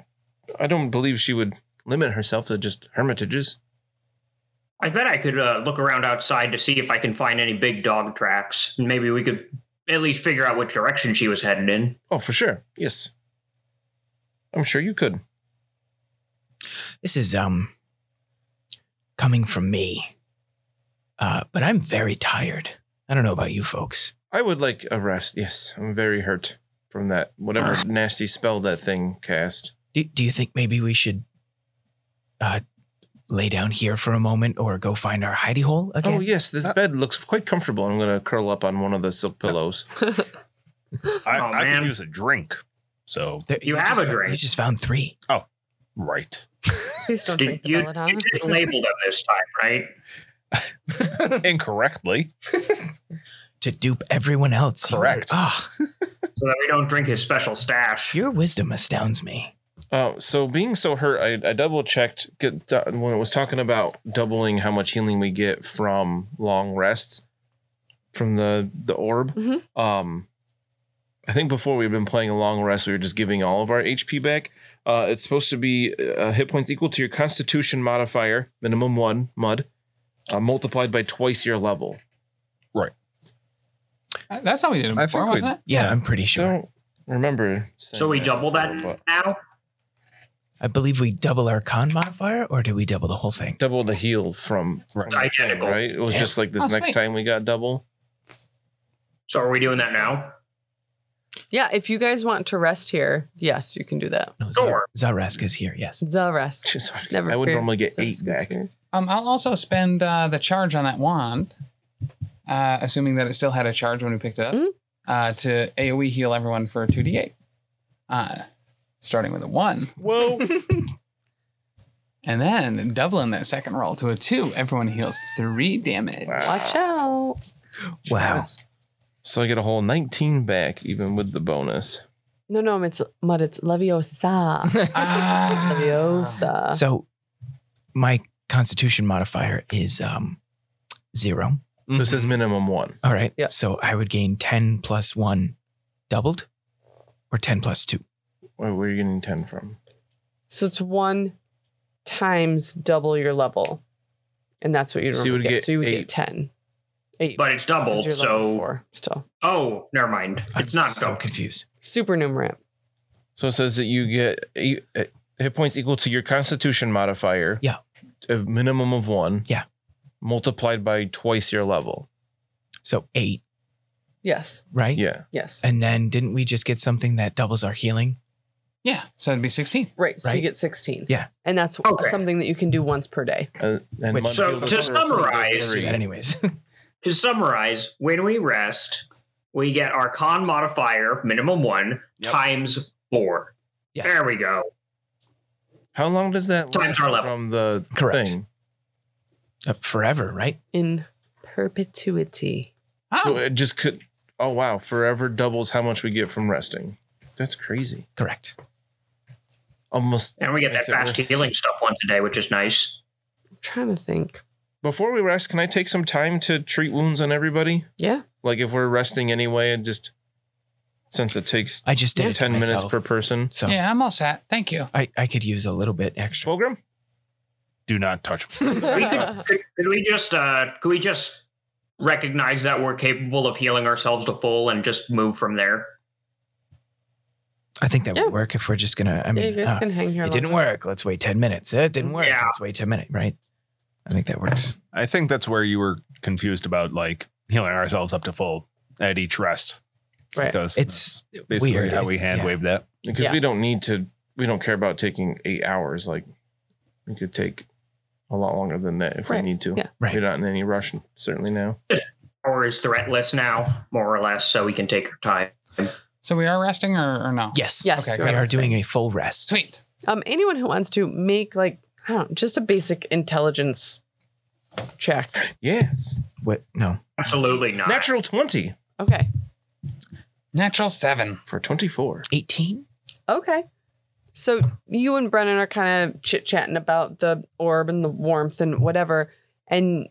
I don't believe she would limit herself to just hermitages. I bet I could uh, look around outside to see if I can find any big dog tracks. and Maybe we could at least figure out which direction she was headed in. Oh, for sure. Yes, I'm sure you could. This is um coming from me. Uh, but I'm very tired. I don't know about you folks. I would like a rest. Yes, I'm very hurt from that whatever nasty spell that thing cast. Do, do you think maybe we should uh, lay down here for a moment or go find our hidey hole again? Oh yes, this Uh, bed looks quite comfortable. I'm gonna curl up on one of the silk pillows. I, Oh, I man. could use a drink. So There- You have just a fo- drink. You just found three. Right. (laughs) Please don't You, drink the you, belladonna. you didn't label them this time, right? Incorrectly. to dupe everyone else. You're- Correct. Ah, So that we don't drink his special stash. your wisdom astounds me. Uh, so being so hurt, I, I double checked get, uh, when it was talking about doubling how much healing we get from long rests from the the orb. Mhm. Mm-hmm. Um, I think before we've been playing a long rest, we were just giving all of our HP back. Uh, it's supposed to be uh, hit points equal to your Constitution modifier, minimum one mud, uh, multiplied by twice your level. Uh, That's how we did it I before, think we- wasn't it? Yeah, I'm pretty sure. Don't remember. So we double that now? I believe we double our con modifier, or do we double the whole thing? double the heal from Right. from the thing, Identical. right? It was Yeah. just like this Oh, next sweet. time we got double. So are we doing that now? yeah, if you guys want to rest here, yes, you can do that. No, Sure. Zarask is here. Yes. The rest. Jeez, I- Never I would fear. normally get eight Zarask is back. here. Um, I'll also spend uh, the charge on that wand, uh, assuming that it still had a charge when we picked it up, Mhm. uh, to AoE heal everyone for 2d8, uh, starting with a 1. Whoa! And then doubling that second roll to a 2, everyone heals 3 damage. Watch uh, out. Wow. (laughs) (laughs) So I get a whole 19 back, even with the bonus. No, no, it's mud. It's leviosa. (laughs) Ah. leviosa. So my constitution modifier is um zero. So This is minimum one. All right. Yeah. So I would gain 10 plus one doubled or 10 plus two. Where, where are you getting 10 from? So it's one times double your level. And that's what you'd So you normally would get. get So you would get eight. 10. 8. But because it's doubled, you're level so four still. oh, never mind. It's not so doubled. confused. Supernumerant. So it says that you get eight, uh, hit points equal to your constitution modifier. Yeah. A minimum of one. Yeah. Multiplied by twice your level. So eight, Yes. right? Yeah. Yes. And then didn't we just get something that doubles our healing? Yeah, so it'd be 16. Right. So Right? you get 16. Yeah. And that's Okay. something that you can do once per day. Uh, and Which- Mud So Field to is also a summarize- Do that three. anyways. (laughs) To summarize, when we rest, we get our con modifier, minimum one, Yep. times four. Yes. There we go. How long does that Times last our level. from the Correct. thing? Uh, forever, right? In perpetuity. Oh, So it just could. Oh wow! Forever doubles how much we get from resting. That's crazy. Correct. Almost And we get that Makes it fast worth- healing stuff once a day, which (laughs) is nice. I'm trying to think. before we rest, can I take some time to treat wounds on everybody? Yeah. Like if we're resting anyway, and just since it takes I just did it to ten minutes myself, per person. So yeah, I'm all set. Thank you. I, I could use a little bit extra. Fulgrim, Do not touch me. (laughs) We could, could, could we just uh could we just recognize that we're capable of healing ourselves to full and just move from there? I think that Yeah. would work if we're just gonna. yeah, I you mean, guys uh, can hang here. it long. didn't work. Let's wait ten minutes. Uh, It didn't work. Yeah. Let's wait ten minutes. Right. I think that works. I think that's where you were confused about like healing ourselves up to full at each rest. Right. Because It's that's basically weird. how we It's- hand yeah. wave that. because Yeah. we don't need to. We don't care about taking eight hours. Like we could take a lot longer than that if Right. we need to. Yeah. Right. We're not in any rush, certainly now. Or is threatless now, more or less, so we can take our time. So we are resting or, or no? Yes. Yes. Okay, you're We great. right. are doing a full rest. Sweet. Um, anyone who wants to make like I don't know, just a basic intelligence check. Yes, What? No. Absolutely not. natural twenty Okay. Natural 7. for twenty-four. Eighteen. Okay. So you and Brennan are kind of chit chatting about the orb and the warmth and whatever, and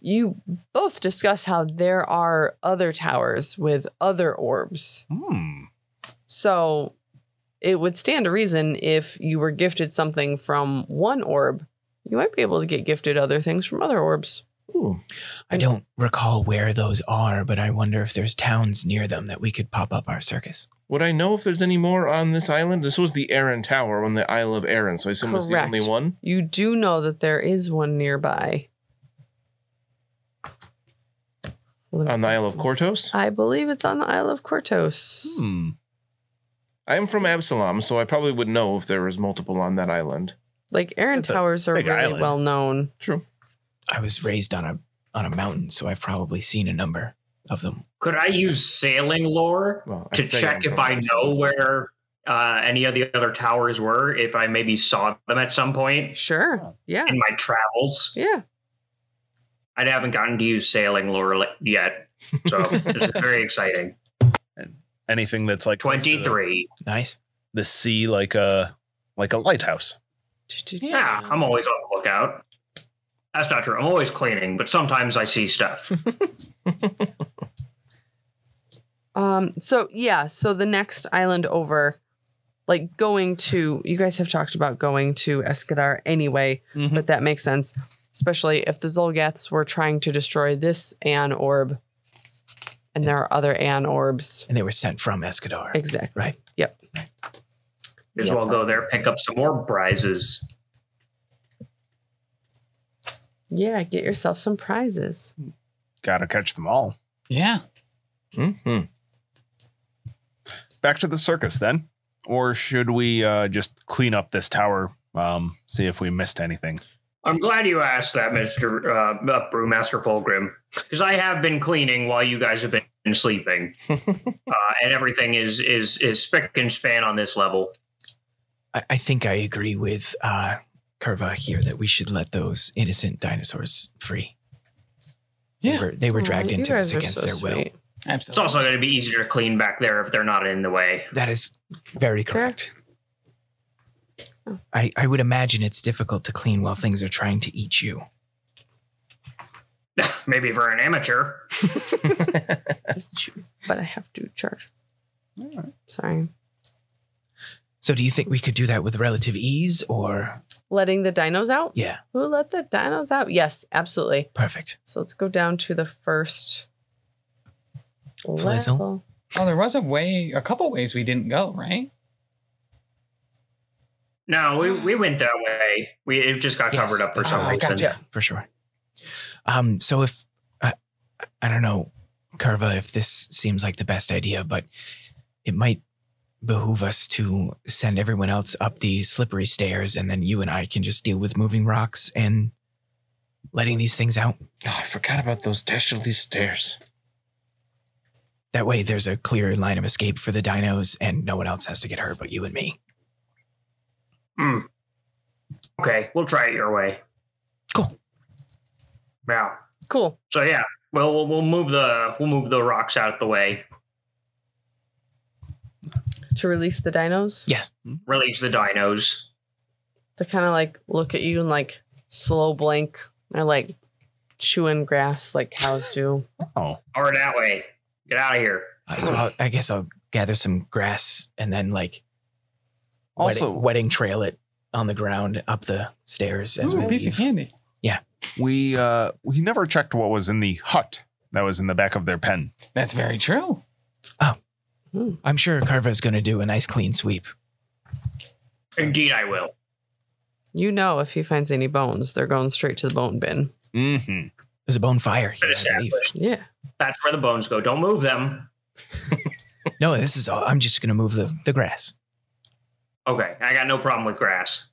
you both discuss how there are other towers with other orbs. Hmm. So it would stand to reason if you were gifted something from one orb, you might be able to get gifted other things from other orbs. Ooh, I don't recall where those are, but I wonder if there's towns near them that we could pop up our circus. would I know if there's any more on this island? This was the Aaron Tower on the Isle of Aaron, so I assume it's the only Correct. one. You do know that there is one nearby. on the Isle of Cortos. I believe it's on the Isle of Cortos. Hmm. I am from Absalom, so I probably would know if there was multiple on that island. Like Aaron It's a Towers are big really island. well known. True. I was raised on a on a mountain, so I've probably seen a number of them. Could I use sailing lore Well, I to say check I'm if from I know Absalom. where uh, any of the other towers were, if I maybe saw them at some point Sure. Yeah. in my travels. Yeah. I haven't gotten to use sailing lore li- yet, so this is very exciting. Anything that's like close to the- Twenty-three. Nice. the sea, like a like a lighthouse. Yeah, I'm always on the lookout. That's not true. I'm always cleaning, but sometimes I see stuff. Um, so yeah, so the next island over, like going to you guys have talked about going to Escadar anyway, Mhm. but that makes sense. Especially if the Zolgaths were trying to destroy this An orb. And there are other An orbs. And they were sent from Escadar. Exactly. Right. Yep. As well, go there, pick up some more prizes. Yeah, get yourself some prizes. Gotta catch them all. Yeah. Mm-hmm. Back to the circus then, or should we uh, just clean up this tower? Um, see if we missed anything. I'm glad you asked that, Mister uh, uh, Brewmaster Fulgrim, because I have been cleaning while you guys have been (laughs) sleeping, uh, and everything is is is spick and span on this level. I, I think I agree with uh, Curva here that we should let those innocent dinosaurs free. They Yeah. were, they were dragged Aw, you into this guys are against so their will. sweet. Absolutely. It's also going to be easier to clean back there if they're not in the way. That is very correct. I, I would imagine it's difficult to clean while things are trying to eat you. Maybe for an amateur. But I have to charge. Sorry. So do you think we could do that with relative ease or Letting the dinos out? yeah, Who let the dinos out? Yes, absolutely. perfect. So let's go down to the first Flizzle. level. oh, there was a way, a couple ways we didn't go, right? No, we, we went that way. We it just got Yes, Oh, covered up for that's some right. reason. Gotcha. For sure. Um so if I I don't know Curva if this seems like the best idea but it might behoove us to send everyone else up the slippery stairs and then you and I can just deal with moving rocks and letting these things out. Oh, I forgot about those dastardly stairs. That way there's a clear line of escape for the dinos and no one else has to get hurt but you and me. Hmm. Okay, we'll try it your way. Cool. Yeah. Cool. So yeah, well we'll, we'll move the we'll move the rocks out of the way. To release the dinos, Yeah. Release the dinos. they kind of like look at you and like slow blink. They're like chewing grass like cows do. Oh, Or that way. Get out of here. Uh, so I'll, I guess I'll gather some grass and then like also wedding, wedding trail it on the ground up the stairs as Ooh, we a piece of leave. candy. we uh, we never checked what was in the hut that was in the back of their pen. That's very true. I'm sure Carva's going to do a nice clean sweep. Indeed, I will. You know, if he finds any bones, they're going straight to the bone bin. Mm-hmm. There's a bone fire Been here. I believe. established. Yeah. That's where the bones go. Don't move them. No, this is all. I'm just going to move the, the grass. Okay, I got no problem with grass.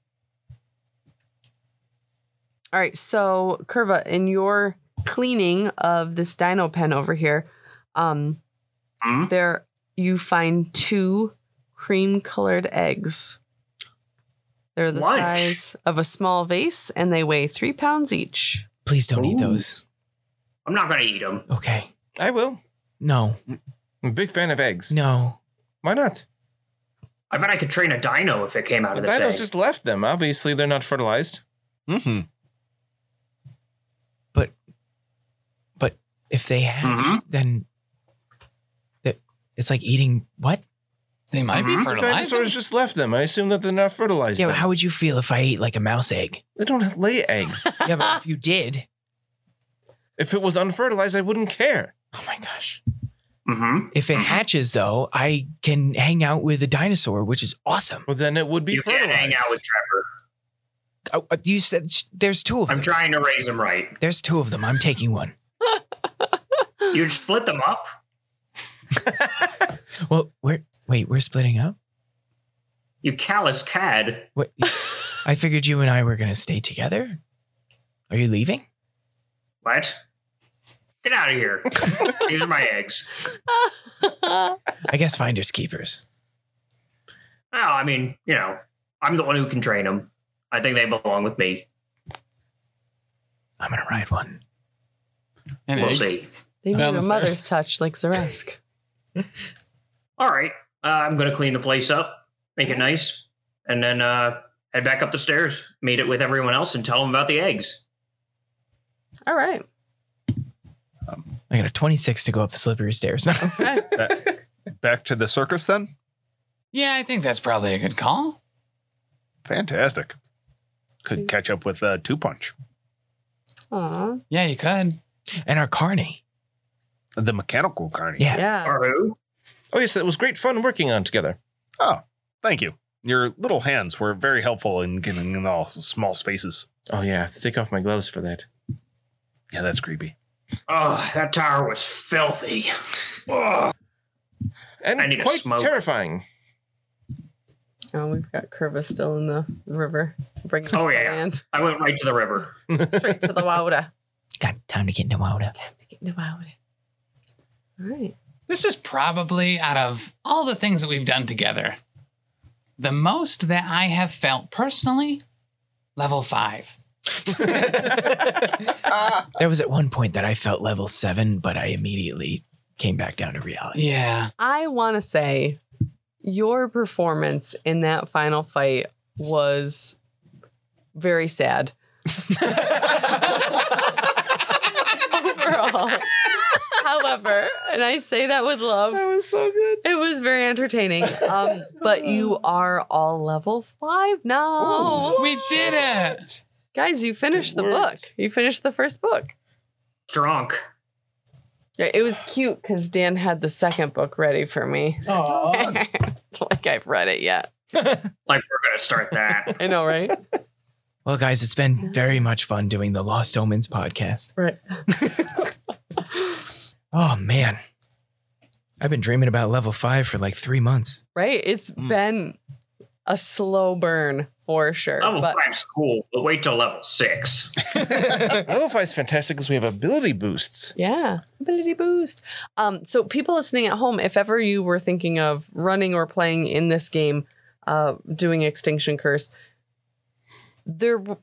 All right. So, Curva, in your cleaning of this dino pen over here, um, Hmm? there you find two cream colored eggs. They're the Lunch. size of a small vase and they weigh three pounds each. Please don't eat Ooh. those. I'm not going to eat them. Okay. I will. No, I'm a big fan of eggs. no. Why not? I bet I could train a dino if it came out The of this dinos egg. just left them. Obviously, they're not fertilized. Mm-hmm. If they have, Mhm. then that it's like eating what? They might Mhm. be The fertilized. dinosaurs just left them. I assume that they're not fertilized. Yeah, then. but how would you feel if I ate like a mouse egg? they don't lay (laughs) eggs. yeah, but if you did, if it was unfertilized, I wouldn't care. oh my gosh. hmm If it Mhm. hatches, though, I can hang out with a dinosaur, which is awesome. Well, then it would be You fertilized. can't hang out with Trevor. Oh, uh, you said sh- there's two of them. I'm trying to raise them right. there's two of them. I'm (laughs) taking one. You'd split them up? Well, we're wait, we're splitting up. You callous cad. (laughs) What? I figured you and I were gonna stay together. Are you leaving? What? Get out of (laughs) here. These are my eggs. I guess finders keepers. Well, I mean, you know, I'm the one who can train them. I think they belong with me. I'm gonna ride one. And We'll it- see. They need Down a the mother's stairs. touch like Zeresk. All right, uh, I'm going to clean the place up, make it nice, and then uh, head back up the stairs, meet it with everyone else, and tell them about the eggs. All right. I got a 26 to go up the slippery stairs. No. Okay. Back to the circus then? Yeah, I think that's probably a good call. Fantastic. Could catch up with uh, Two Punch, Aw. Yeah, you could. (laughs) and our carney. the mechanical carny. Yeah. Yeah. Or who? Oh yes, it was great fun working on together. Oh, thank you. Your little hands were very helpful in getting in all s- small spaces. Oh yeah, I have to take off my gloves for that. Yeah, that's creepy. Oh, that tower was filthy. Ugh. And I need to quite smoke. terrifying. Oh, we've got Curva still in the river. Bring Oh, oh, yeah. yeah. land I went right to the river. straight to the Wauda. Got time to get into Wauda. Time to get into Wauda. All right. This is probably out of all the things that we've done together, the most that I have felt personally, level five. There was at one point that I felt level seven, but I immediately came back down to reality. Yeah. I want to say your performance in that final fight was very sad. Overall. However, and I say that with love. was so good. It was very entertaining. Um, but you are all level five now. We did it. Guys, you finished the book. You finished the first book. Drunk. Yeah, It was cute because Dan had the second book ready for me. (laughs) like I've read it yet. Like, we're going to start (laughs) that. I know, right? Well, guys, it's been very much fun doing the Lost Omens podcast. Right. (laughs) Oh man. I've been dreaming about level five for like three months. Right. It's Mm. been a slow burn for sure. level but five's cool, but wait till level six. Level five is fantastic because we have ability boosts. Yeah, ability boost. Um, so people listening at home, if ever you were thinking of running or playing in this game, uh, doing Extinction Curse, there w-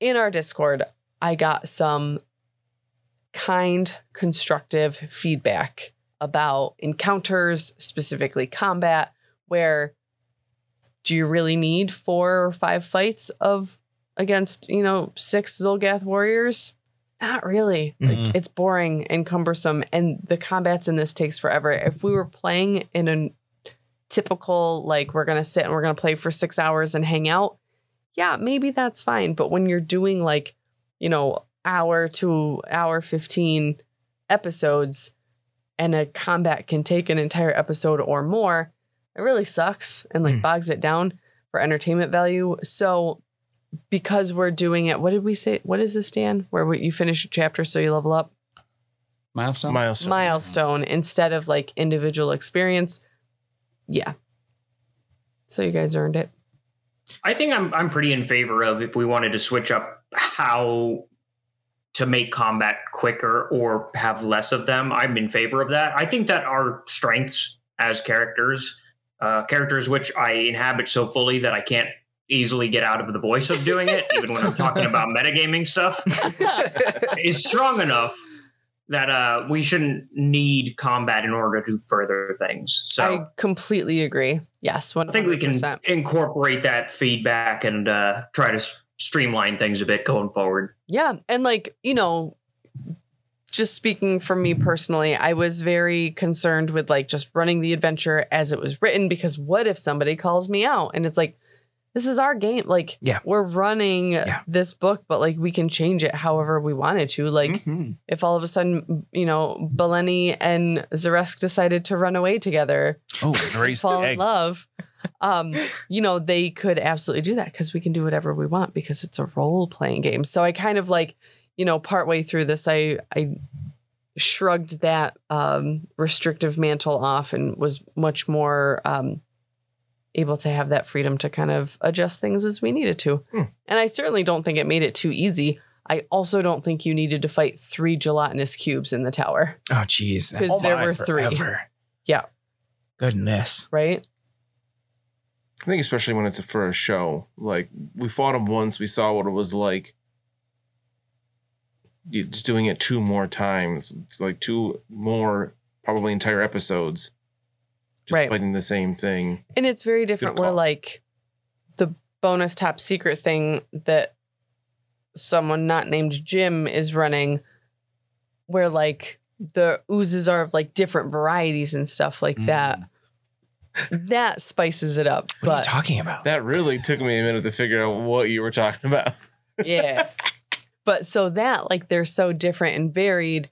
in our Discord, I got some kind, constructive feedback about encounters, specifically combat, where do you really need four or five fights of against, you know, six Zolgath warriors? Not really. Like, Mhm. it's boring and cumbersome, and the combats in this takes forever. If we were playing in a typical, like we're gonna sit and we're gonna play for six hours and hang out, yeah, maybe that's fine. But when you're doing like, you know, hour to hour fifteen episodes, and a combat can take an entire episode or more, it really sucks and like Hmm. bogs it down for entertainment value. So because we're doing it, what did we say? What is this, Dan? Where we- you finish a chapter so you level up? Milestone? Milestone. milestone instead of like individual experience. Yeah. So you guys earned (laughs) it. I think I'm I'm pretty in favor of if we wanted to switch up how to make combat quicker or have less of them. I'm in favor of that. I think that our strengths as characters, uh, characters which I inhabit so fully that I can't easily get out of the voice of doing it, even when I'm talking about metagaming stuff, is strong enough that uh, we shouldn't need combat in order to do further things. So I completely agree. Yes, one I think we hundred can percent. incorporate that feedback and uh, try to s- streamline things a bit going forward. Yeah, and like you know, just speaking for me personally, I was very concerned with like just running the adventure as it was written because what if somebody calls me out and it's like, this is our game. Like, Yeah. we're running Yeah. this book, but like we can change it however we wanted to. Like, Mm-hmm. Mhm. if all of a sudden, you know, Beleni and Zaresk decided to run away together, Oh, and raise the fall in eggs. love, um, you know, they could absolutely do that because we can do whatever we want because it's a role playing game. So I kind of like, you know, partway through this, I I shrugged that um, restrictive mantle off and was much more um, able to have that freedom to kind of adjust things as we needed to. Hmm. And I certainly don't think it made it too easy. I also don't think you needed to fight three gelatinous cubes in the tower, Oh, geez. 'Cause there were three. Forever. Yeah. Goodness. right? I think especially when it's for a show. Like we fought him once, we saw what it was like. You just doing it two more times, like two more probably entire episodes. Just Right. fighting the same thing. And it's very different where call. like the bonus top secret thing that someone not named Jim is running where like the oozes are of like different varieties and stuff like Mm. that. That spices it up. What are you but talking about? That really took me a minute to figure out what you were talking about. yeah. But so that like they're so different and varied.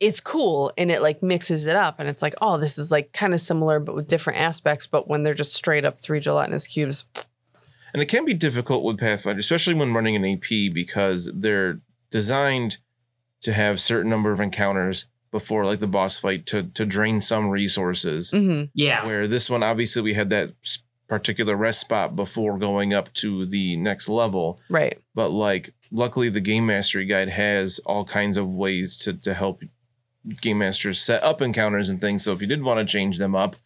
It's cool and it like mixes it up and it's like, oh, this is like kind of similar but with different aspects. But when they're just straight up three gelatinous cubes, And it can be difficult with Pathfinder, especially when running an AP, because they're designed to have certain number of encounters before like the boss fight to to drain some resources. mhm, Yeah. Where this one obviously we had that s- particular rest spot before going up to the next level. right. But like luckily the game mastery guide has all kinds of ways to to help game masters set up encounters and things. So if you did want to change them up,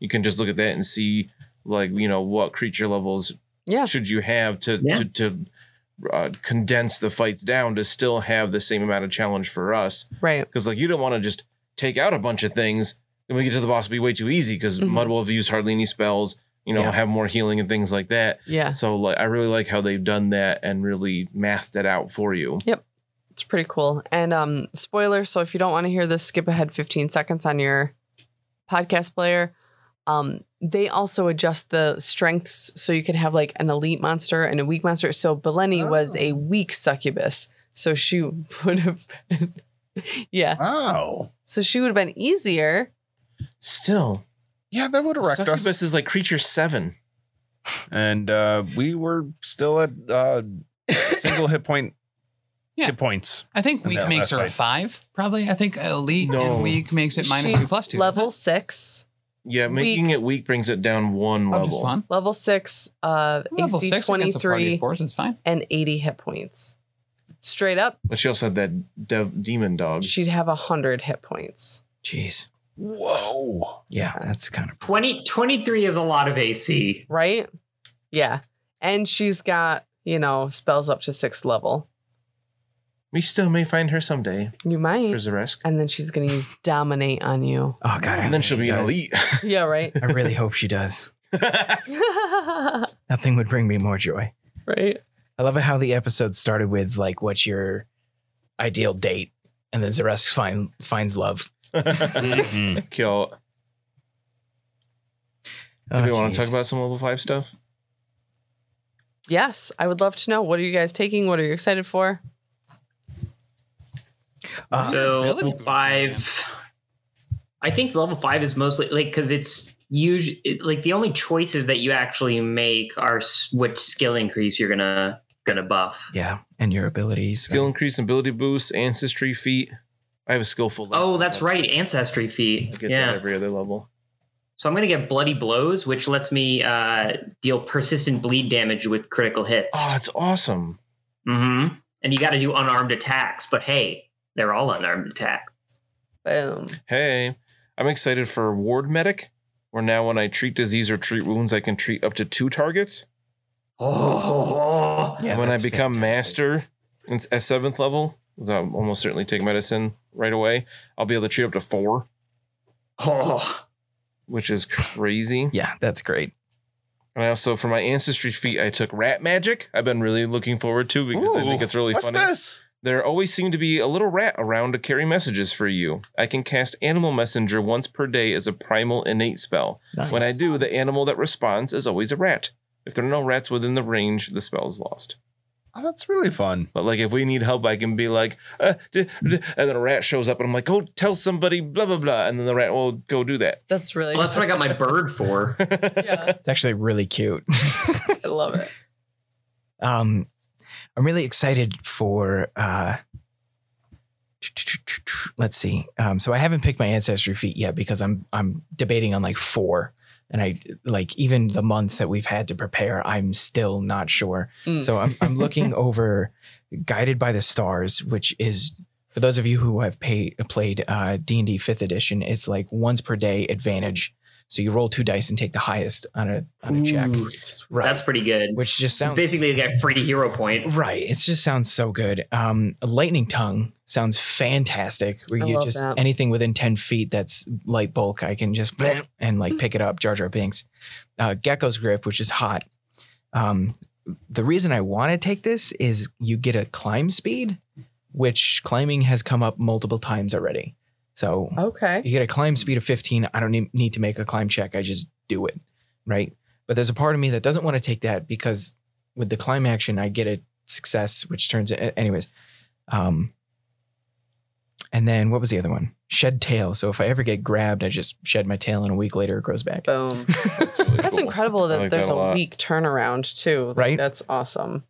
you can just look at that and see like, you know, what creature levels Yeah. should you have to Yeah. to, to uh, condense the fights down to still have the same amount of challenge for us? Right. Because like you don't want to just take out a bunch of things and we get to the boss it'll be way too easy because Mhm. Mud will have used hardly any spells, you know, Yeah. have more healing and things like that. Yeah. So like I really like how they've done that and really mathed it out for you. It's pretty cool. And um spoiler, so if you don't want to hear this, skip ahead 15 seconds on your podcast player. Um they also adjust the strengths so you can have like an elite monster and a weak monster. So Beleni was Oh. a weak succubus. So she (laughs) would have been Yeah. Oh. So she would have been easier. Still, Yeah, that would have wrecked succubus us. is like creature seven. And uh, we were still at uh, single hit (laughs) point Yeah. hit points. I think weak No, makes that's her a fine. five, probably. I think elite No. and weak makes it minus She's two plus two. Level six. Yeah, making Weak. it weak brings it down one oh, level. just one. Level six, uh Level AC six twenty against a party three of fours. It's fine. and eighty hit points. Straight up, But she also had that dev- demon dog. she'd have hundred hit points. Jeez. Whoa. Yeah, that's kind of. 20, 23 is a lot of AC. right? Yeah. And she's got, you know, spells up to sixth level. We still may find her someday. You might. There's a risk. And then she's going to use dominate on (laughs) you. Oh god. I And then hope she'll she be an does. elite. Yeah, right? I really hope she does. (laughs) right. Nothing would bring me more joy. I love it how the episode started with like what's your ideal date, and then Zaresk find, finds love. Hmm. Kill. Do Oh, we want jeez. to talk about some level five stuff? Yes, I would love to know what are you guys taking? What are you excited for? Uh, So Really? level five. I think level five is mostly like because it's usually like the only choices that you actually make are s- which skill increase you're gonna gonna buff. yeah, and your abilities. Skill increase, ability boost, ancestry feat. I have a skillful. list. Oh, that's right, ancestry I feat. get Yeah. that every other level. So I'm gonna get bloody blows, which lets me uh, deal persistent bleed damage with critical hits. Oh, it's awesome. Mm-hmm. And you got to do unarmed attacks, but hey, they're all unarmed attacks. Boom. Hey, I'm excited for ward medic. Where now, when I treat disease or treat wounds, I can treat up to two targets. Oh, Yeah, And when I that's become fantastic. master it's at seventh level, 'cause I'll almost certainly take medicine right away. I'll be able to treat up to four, oh. which is crazy. Yeah, that's great. And I also, for my ancestry feat, I took rat magic. I've been really looking forward to because I think Ooh, it's really What's funny. this? There always seem to be a little rat around to carry messages for you. I can cast Animal Messenger once per day as a primal innate spell. Nice. When I do, the animal that responds is always a rat. If there are no rats within the range, the spell is lost. Oh, that's really fun. But like, if we need help, I can be like, uh, d- d- and then a rat shows up, and I'm like, go tell somebody, blah blah blah, and then the rat will go do that. (laughs) That's really well, that's what I got my bird for. (laughs) Yeah, it's actually really (laughs) cute. I love it. um, I'm really excited for. Uh, let's see. Um, so I haven't picked my ancestry feat yet because I'm I'm debating on like four, and I like even the months that we've had to prepare, I'm still not sure. Mm. So I'm I'm (laughs) looking over guided by the stars, which is. For uh, those of you who have pay, played D and D Fifth Edition, it's like once per day advantage So you roll two dice and take the highest on a on a check. (laughs) Ooh, Right. That's pretty good. which just it's sounds basically like a free hero point. Right. It just sounds so good. Um, lightning tongue sounds fantastic. Where I you love just that. anything within ten feet that's light bulk, I can just blam and like pick it up. Jar Jar Binks, uh, Gecko's grip, which is hot. Um, the reason I want to take this is you get a climb speed, which climbing has come up multiple times already. So Okay. you get a climb speed of 15. I don't need- need to make a climb check. I just do it. Right. But there's a part of me that doesn't want to take that because with the climb action, I get a success, which turns it. Anyways. Um, and then what was the other one? Shed tail. So if I ever get grabbed, I just shed my tail and a week later it grows back. Boom. really That's cool. incredible I that like there's that a a, lot. week turnaround too. Like, Right? That's awesome.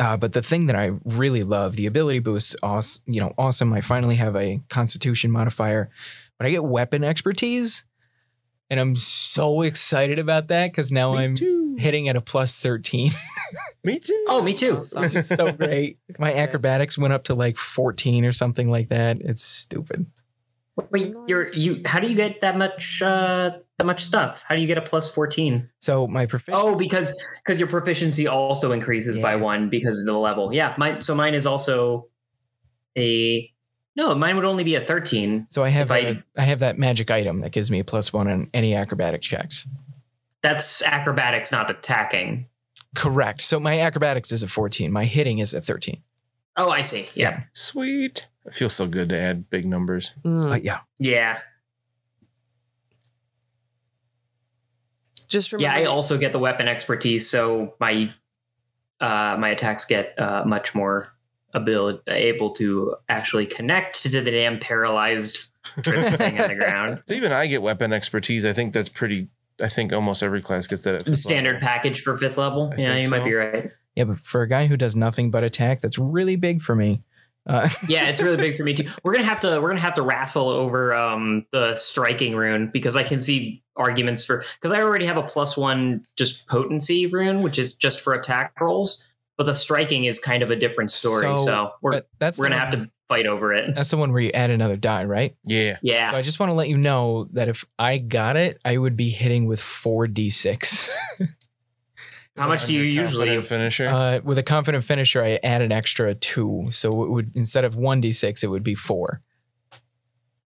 Uh, but the thing that I really love, the ability boost, awesome, you know, awesome. I finally have a constitution modifier, but I get weapon expertise. And I'm so excited about that because now I'm too. hitting at a plus 13. Me too. Oh, me too. Awesome. It's so great. (laughs) My acrobatics went up to like 14 or something like that. It's stupid. Wait, you're you. How do you get that much uh, that much stuff? How do you get a plus fourteen? So my proficiency. Oh, because because your proficiency also increases by Yeah. one because of the level. Yeah, mine. So mine is also a no. Mine would only be a thirteen. So I have if I- a- I have that magic item that gives me a plus one on any acrobatic checks. That's acrobatics, not attacking. Correct. So my acrobatics is a 14. My hitting is a 13. Oh, I see. Yeah, Sweet. It feels so good to add big numbers. Mm. But yeah. yeah, Just yeah. remember. I also get the weapon expertise, so my uh, my attacks get uh, much more ability able to actually connect to the damn (laughs) paralyzed thing on the ground. So even I get weapon expertise. I think that's pretty. I think almost every class gets that at fifth Standard level. package for fifth level. I yeah, think you might so. be right. Yeah, but for a guy who does nothing but attack, that's really big for me. Uh, (laughs) Yeah, it's really big for me too. We're gonna have to we're gonna have to wrestle over um the striking rune because I can see arguments for because I already have a plus one just potency rune, which is just for attack rolls. But the striking is kind of a different story, so, So, we're but that's we're the gonna have one- to fight over it. That's the one where you add another die, right? Yeah. Yeah. So I just want to let you know that if I got it, I would be hitting with four (laughs) d6. How much do you Under usually? confident finisher? Uh, with a confident finisher, I add an extra two, so it would instead of one d6, it would be four.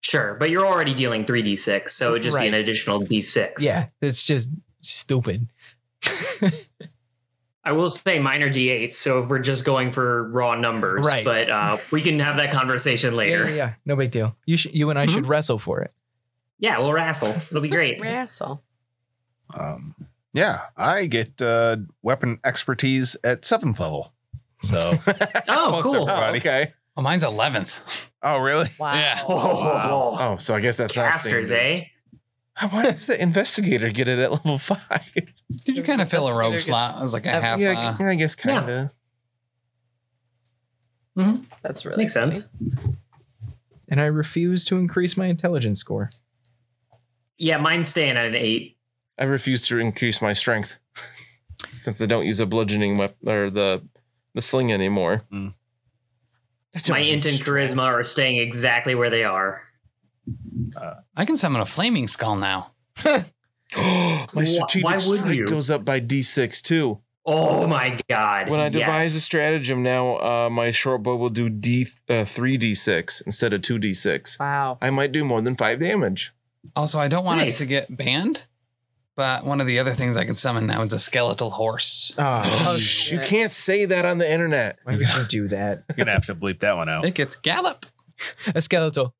Sure, but you're already dealing three d six, so it'd just be an Right. additional d six. Yeah, it's just stupid. (laughs) I will say minor d eight. So if we're just going for raw numbers, Right. But uh, we can have that conversation Yeah, later. Mm-hmm. yeah, yeah, no big deal. You should, you and I should wrestle for it. yeah we'll wrestle. It'll (laughs) be great. Wrestle. Um, yeah, I get uh, weapon expertise at seventh level. (laughs) So, Uh, Oh, Almost cool. everybody. (laughs) oh, okay. Well, mine's 11th. oh really? Wow. Yeah. (laughs) Oh, Oh, so I guess that's casters, not. standard. eh? (laughs) Why does the investigator get it at level five? Did you kind of fill a rogue slot? It was like a Uh, (laughs) half. yeah, uh, I- yeah, I guess kind of. That's really Makes funny. sense. And I refuse to increase my intelligence score. Yeah, mine's staying at an eight. I refuse to increase my strength (laughs) since I don't use a bludgeoning weapon or the the sling anymore. Hmm. Mm. That's My int and charisma are staying exactly where they are. I can summon a flaming skull now. (gasps) my Wh- strategic why would strike you? goes up by d6 too. Oh my god! When I devise a yes. stratagem now, uh, my short bow will do d uh, three d6 instead of two d6. Wow. I might do more than five damage. Also, I don't want Nice. us to get banned, but one of the other things I can summon now is a skeletal horse. (laughs) Oh, Oh, You shit. can't say that on the internet. why would you do that? You're gonna have to bleep that one out. It gets gallop. (laughs) A skeletal.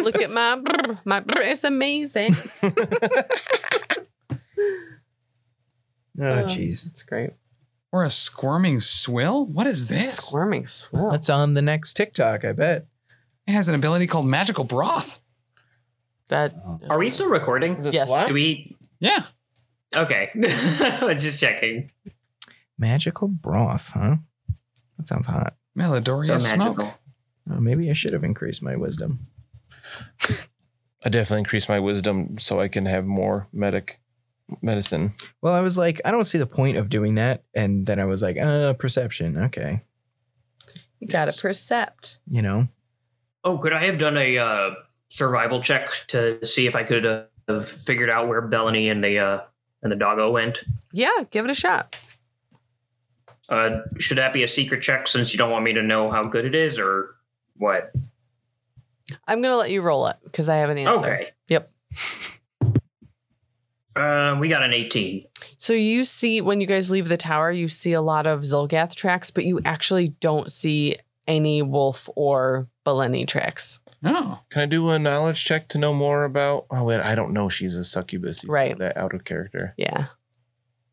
Look at my brr. My brr is amazing. Oh, jeez. That's great. Or a squirming swill? What is this? Squirming swirl. That's on the next TikTok, I bet. It has an ability called magical broth. That Are we still recording? Is it Yes. slap? Do we? Yeah. Okay, (laughs) I was just checking. Magical broth, huh? That sounds hot. So Melidoria magical. smoke. Uh, maybe I should have increased my wisdom. I definitely increase my wisdom so I can have more medic medicine. Well, I was like, I don't see the point of doing that. And then I was like, uh, perception. Okay. you gotta percept. You know, Oh, could I have done a uh, survival check to see if I could uh, have figured out where Bellany and the uh, and the doggo went. Yeah, give it a shot. Uh, should that be a secret check since you don't want me to know how good it is or what? I'm gonna let you roll it because I have an answer. Oh, Okay. Yep. (laughs) Uh, we got an 18. So you see when you guys leave the tower, you see a lot of Zolgath tracks, but you actually don't see any wolf or Baleni tracks. Oh. Can I do a knowledge check to know more about? Oh wait, I don't know. She's a succubus. You said Right. That out of character. Yeah.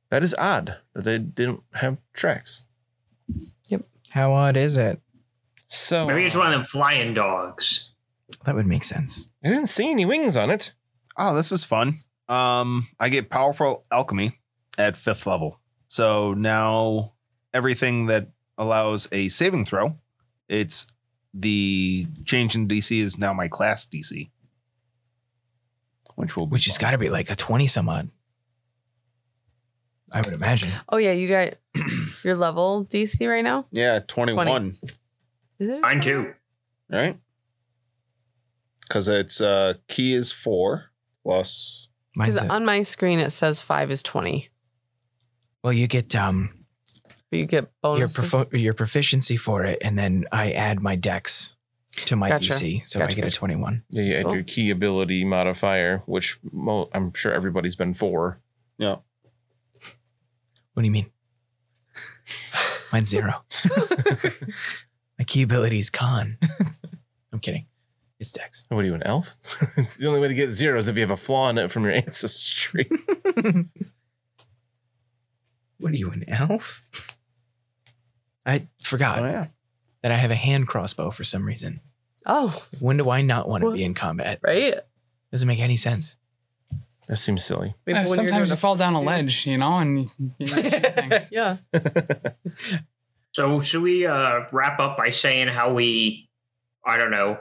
That is odd that they didn't have tracks. How odd is it? So Maybe it's one of them flying dogs. That would make sense. I didn't see any wings on it. Oh, this is fun. Um, I get powerful alchemy at fifth level. So now everything that allows a saving throw, it's the change in DC is now my class DC, which will be Which has fun. got to be like a 20 some odd. I would imagine. Oh yeah, you got your level DC right now. yeah twenty one, Is it? Mine too. right? Because it's uh key is four plus. Mine's Because a, on my screen it says five is twenty, well, you get um but you get your, bonuses. profo- your proficiency for it, and then I add my dex to my Gotcha. DC, so I Gotcha, get a gotcha. 21. Yeah, you add Cool. your key ability modifier, which mo- I'm sure everybody's been for. Yeah, What do you mean? Mine's (laughs) zero. my key ability is con. I'm kidding. It's dex. What are you, an elf? (laughs) the only way to get zero is if you have a flaw in it from your (laughs) ancestry. What are you, an elf? I forgot oh yeah. that I have a hand crossbow for some reason. oh, When do I not want to What? be in combat? right. Doesn't make any sense. that seems silly. Maybe Uh, when you're sometimes doing you a- fall down a ledge, you know, and you, you shoot (laughs) things. Yeah. So should we uh, wrap up by saying how we, I don't know,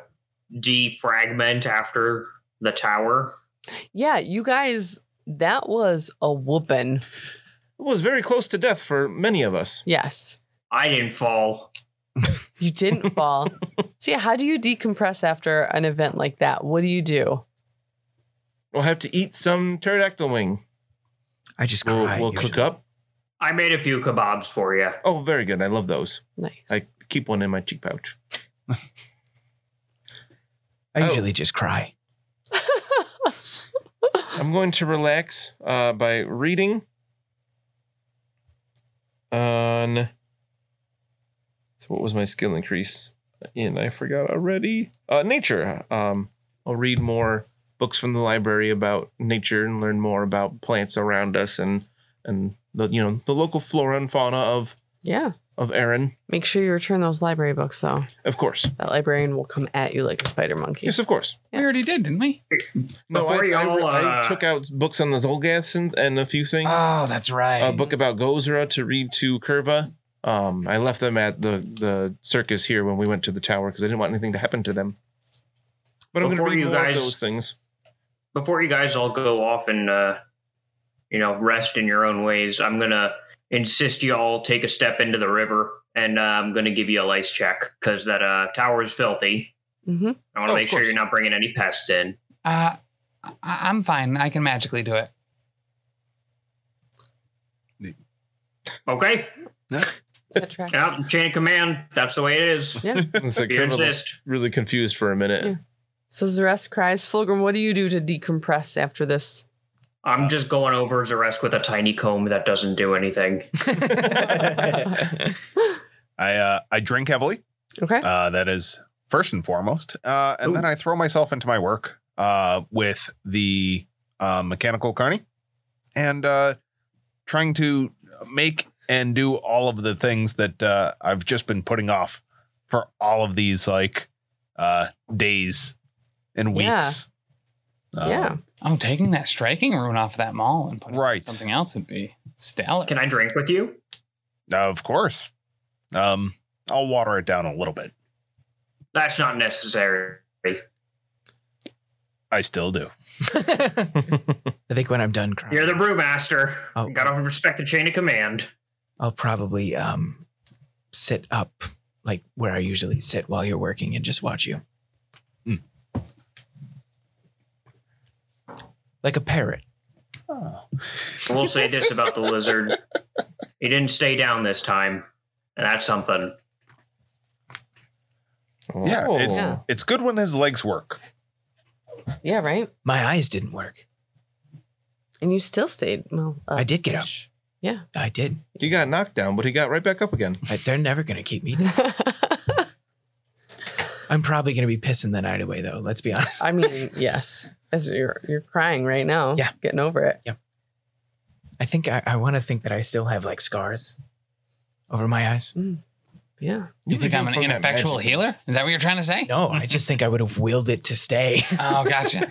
defragment after the tower? Yeah, you guys, that was a whooping. It was very close to death for many of us. Yes. I didn't fall. You didn't fall. so yeah, how do you decompress after an event like that? What do you do? We'll have to eat some pterodactyl wing. I just We'll, cry. we'll cook usually. up. I made a few kebabs for you. Oh, very good. I love those. Nice. I keep one in my cheek pouch. I Oh. usually just (laughs) cry. (laughs) I'm going to relax uh, by reading on. So, what was my skill increase? And I forgot already. Uh, nature. Um, I'll read more books from the library about nature and learn more about plants around us and and the you know the local flora and fauna of yeah. of Erin. Make sure you return those library books though. Of course, That librarian will come at you like a spider monkey. yes, of course. Yeah. We already did, didn't we? No, I, Before I- y'all, I uh, took out books on the Zolgaths and, and a few things. Oh, that's right. a book about Gozra to read to Curva. Um, I left them at the, the circus here when we went to the tower because I didn't want anything to happen to them. But I'm going to Before read you more of guys- those things. Before you guys all go off and, uh, you know, rest in your own ways, I'm going to insist you all take a step into the river and uh, I'm going to give you a lice check because that uh, tower is filthy. hmm I want to Oh, of make sure course. you're not bringing any pests in. Uh, I- I'm fine. I can magically do it. Okay. That track. Yeah, chain of command. That's the way it is. (laughs) (laughs) It's like You Curva looked insist. really confused for a minute. Yeah. So Zarest cries, Fulgrim, what do you do to decompress after this? I'm just going over Zaresk with a tiny comb that doesn't do anything. I uh, I drink heavily. Okay. Uh, that is first and foremost. Uh, and Ooh. then I throw myself into my work uh, with the uh, mechanical carney and uh, trying to make and do all of the things that uh, I've just been putting off for all of these like uh, days and Yeah. weeks. Um, yeah. Oh, taking that striking rune off that mall and putting it on Right. something else would be stellar. Can I drink with you? Of course. Um, I'll water it down a little bit. That's not necessary. I still do. I think when I'm done crying, You're the brewmaster. Oh. You gotta respect the chain of command. I'll probably um, sit up like where I usually sit while you're working and just watch you. like a parrot. We'll say this about the lizard. He didn't stay down this time. And that's something. Oh, Yeah, it's, Yeah. it's good when his legs work. Yeah, right. My eyes didn't work. And you still stayed. Well, I did get up. Yeah. I did. he got knocked down, but he got right back up again. I, they're never gonna keep me. down. up. I'm probably gonna be pissing the night away though. Let's be (laughs) honest. I mean, yes. As you're you're crying right now. Yeah. Getting over it. I think I, I want to think that I still have like scars over my eyes. Yeah. You think I'm an ineffectual healer? Is that what you're trying to say? No, I just think I would have willed it to stay. (laughs) Oh, gotcha.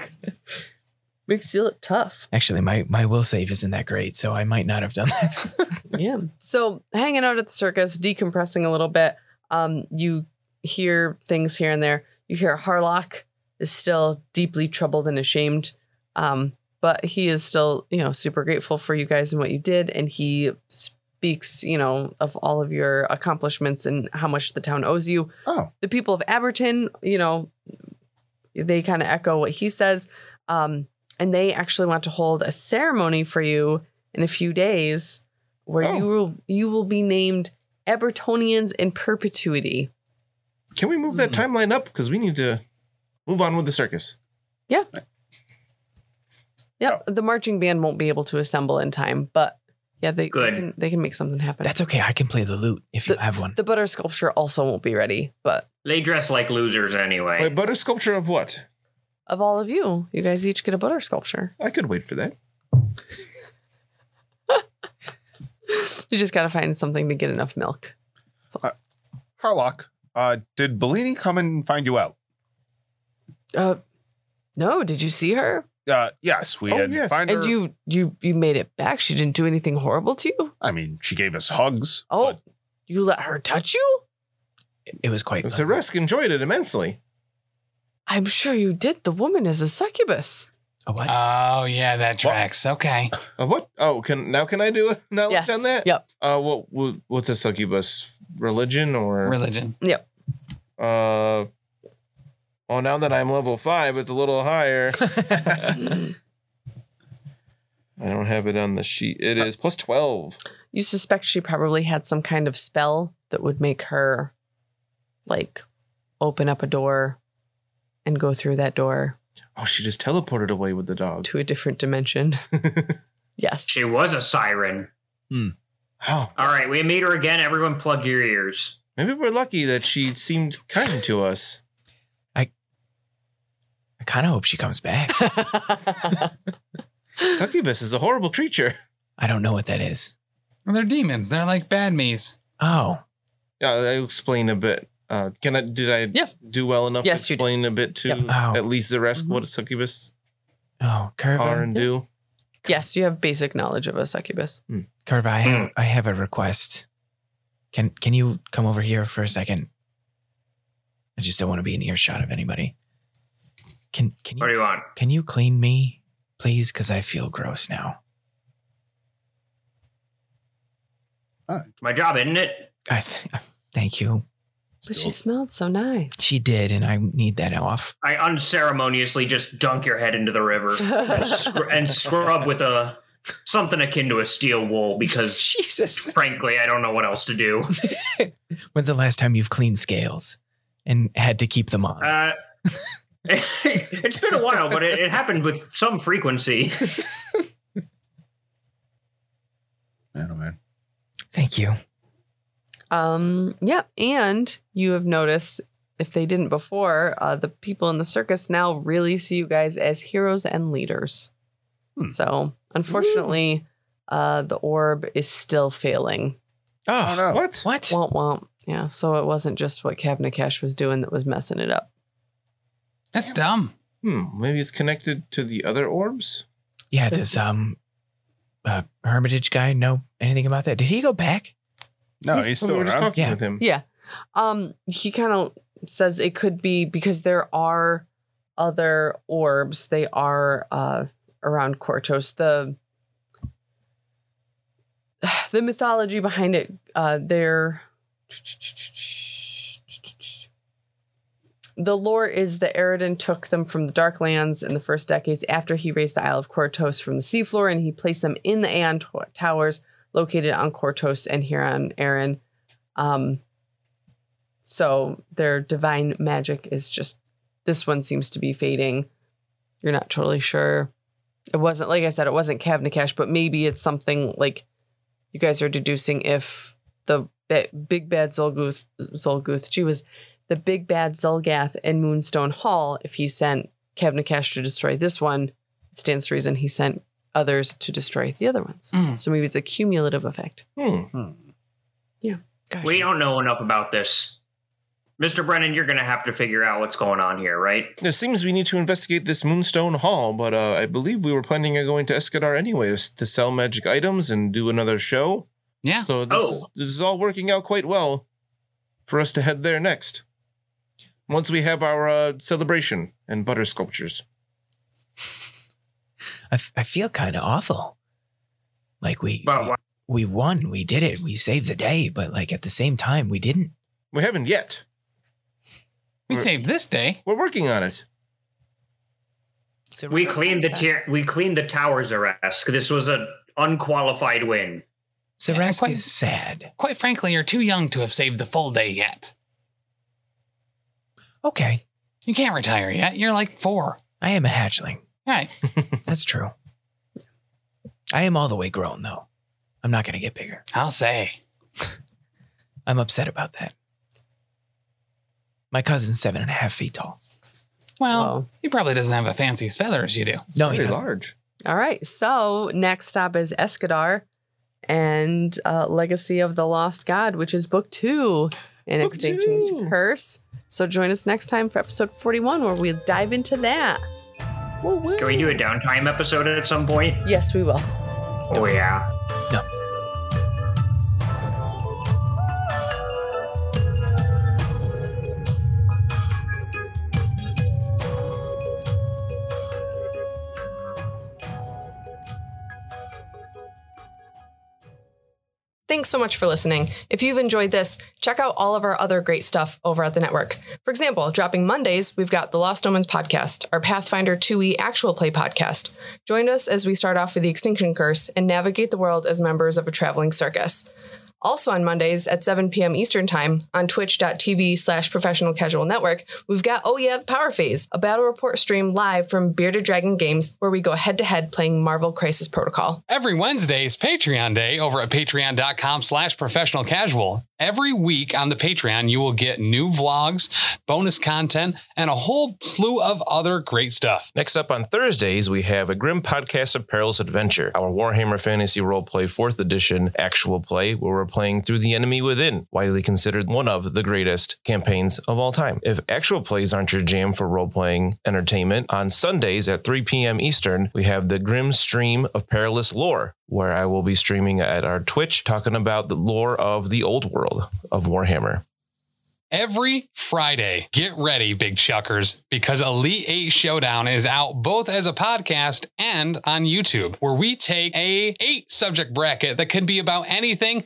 Makes you look tough. Actually, my, my will save isn't that great, so I might not have done that. (laughs) Yeah. So hanging out at the circus, decompressing a little bit. Um, you hear things here and there. You hear Harlock is still deeply troubled and ashamed. Um, but he is still, you know, super grateful for you guys and what you did. And he speaks, you know, of all of your accomplishments and how much the town owes you. Oh, the people of Aberton, you know, they kind of echo what he says. Um, and they actually want to hold a ceremony for you in a few days where Oh. you will you will be named Abertonians in perpetuity. Can we move that Hmm. timeline up? Because we need to move on with the circus. Yep. The marching band won't be able to assemble in time, but yeah, they, they Good. can they can make something happen. That's okay. I can play the lute if you have one. the butter sculpture also won't be ready, but They dress like losers anyway. Wait, butter sculpture of what? of all of you, you guys each get a butter (laughs) sculpture. I could wait for that. You just gotta find something to get enough milk. Harlock, uh, did Bellini come and find you out? Uh no, did you see her? Uh, yes, we Oh, had yes. find And her. you you you made it back. She didn't do anything horrible to you. I mean, she gave us hugs. Oh, but you let her touch you? It, it was quite Mr. lovely. Resk enjoyed it immensely. I'm sure you did. The woman is a succubus. A what? Oh, yeah, that tracks. Okay. Uh, what? Oh, can now can I do a now yes. on that? Yep. Uh, what, what what's a succubus religion or Religion. uh? Well, now that I'm level five, it's a little higher. Uh, (laughs) I don't have it on the sheet. It is plus twelve. You suspect she probably had some kind of spell that would make her like open up a door and go through that door Oh, she just teleported away with the dog. to a different dimension. yes. (laughs) She (laughs) was a siren. Oh, All right, we meet her again. Everyone plug your ears. maybe we're lucky that she seemed kind to us. (laughs) I kind of hope she comes back. Succubus is a horrible creature. I don't know what that is. They're demons. They're like bad me's. Oh, Yeah, I'll explain a bit. Uh, can I? Did I Yeah. do well enough Yes, to you did. explain a bit to Yep. Oh. at least the rest Mhm. what a succubus oh, Curva. are and do? yes, you have basic knowledge of a succubus. Curva, I Hmm. have, I have a request. Can can you come over here for a second? I just don't want to be in earshot of anybody. Can can What you do you want? can you clean me, please? Because I feel gross now. It's my job, isn't it? I th- thank you. But she smelled so nice. She did, and I need that off. I unceremoniously just dunk your head into the river and, scr- and scrub with a something akin to a steel wool because, (laughs) Jesus. frankly, I don't know what else to do. When's the last time you've cleaned scales and had to keep them on? Uh, (laughs) it's been a while, but it, it happened with some frequency. Man, oh man. Thank you. Um, yeah, and you have noticed if they didn't before, uh, the people in the circus now really see you guys as heroes and leaders. Hmm. So, unfortunately, uh, the orb is still failing. Oh, no. What? What? Womp womp. Yeah, so it wasn't just what Kavnakash was doing that was messing it up. That's dumb. Hmm, maybe it's connected to the other orbs. yeah, does um uh Hermitage guy know anything about that? Did he go back? No, he's, we still were just around. talking Yeah. with him. Yeah. Um, he kind of says it could be because there are other orbs. They are uh around Kortos. The (sighs) the mythology behind it, uh, they're The lore is that Eridan took them from the Darklands in the first decades after he raised the Isle of Kortos from the seafloor, and he placed them in the Aeon to- Towers located on Kortos and here on Eren. Um, so their divine magic is just this one seems to be fading. You're not totally sure. It wasn't like I said, it wasn't Kavnakash, but maybe it's something like you guys are deducing if the ba- big bad Zolguth Zolguth she was the big bad Zelgath and Moonstone Hall, if he sent Kevnakash to destroy this one, it stands to reason he sent others to destroy the other ones. Mm. So maybe it's a cumulative effect. Hmm. Gosh. We don't know enough about this. Mr. Brennan, you're going to have to figure out what's going on here, right? It seems we need to investigate this Moonstone Hall, but uh, I believe we were planning on going to Escadar anyway to sell magic items and do another show. Yeah. So this, Oh. is, this is all working out quite well for us to head there next. Once we have our uh, celebration and butter sculptures. I, f- I feel kind of awful. Like we, But why- we we won, we did it, we saved the day, but like at the same time, we didn't. We haven't yet. We saved this day. We're working on it. So we cleaned the tier, we cleaned the towers, Arask. This was an unqualified win. Zeresk Yeah, quite- is sad. Quite frankly, you're too young to have saved the full day yet. Okay, You can't retire yet. You're like four. I am a hatchling. Right. (laughs) That's true. I am all the way grown though. I'm not gonna get bigger. I'll say. I'm upset about that. My cousin's seven and a half feet tall. Well, Wow. he probably doesn't have a fancy feather as you do. No, he Very doesn't. large. All right. So next stop is Escadar and uh, Legacy of the Lost God, which is book two in Book Extinction two. Curse. So join us next time for episode 41 where we'll dive into that. Woo woo. Can we do a downtime episode at some point? Yes, we will. Oh, yeah. Thanks so much for listening. If you've enjoyed this, check out all of our other great stuff over at the network. For example, dropping Mondays, we've got the Lost Omens podcast, our Pathfinder 2e actual play podcast. Join us as we start off with the Extinction Curse and navigate the world as members of a traveling circus. Also on Mondays at 7 p.m. Eastern Time on twitch.tv slash professional casual network, we've got Oh Yeah, the Power Phase, a battle report stream live from Bearded Dragon Games where we go head to head playing Marvel Crisis Protocol. Every Wednesday is Patreon Day over at patreon.com slash professional casual. Every week on the Patreon, you will get new vlogs, bonus content, and a whole slew of other great stuff. Next up on Thursdays, we have a grim podcast of Perilous Adventure, our Warhammer Fantasy Roleplay 4th Edition actual play, where we're playing through The Enemy Within, widely considered one of the greatest campaigns of all time. If actual plays aren't your jam for role playing entertainment, on Sundays at 3 p.m. Eastern, we have the Grim Stream of Perilous Lore, where I will be streaming at our Twitch talking about the lore of the old world of Warhammer. Every Friday, get ready, big chuckers, because Elite 8 Showdown is out both as a podcast and on YouTube, where we take a eight subject bracket that can be about anything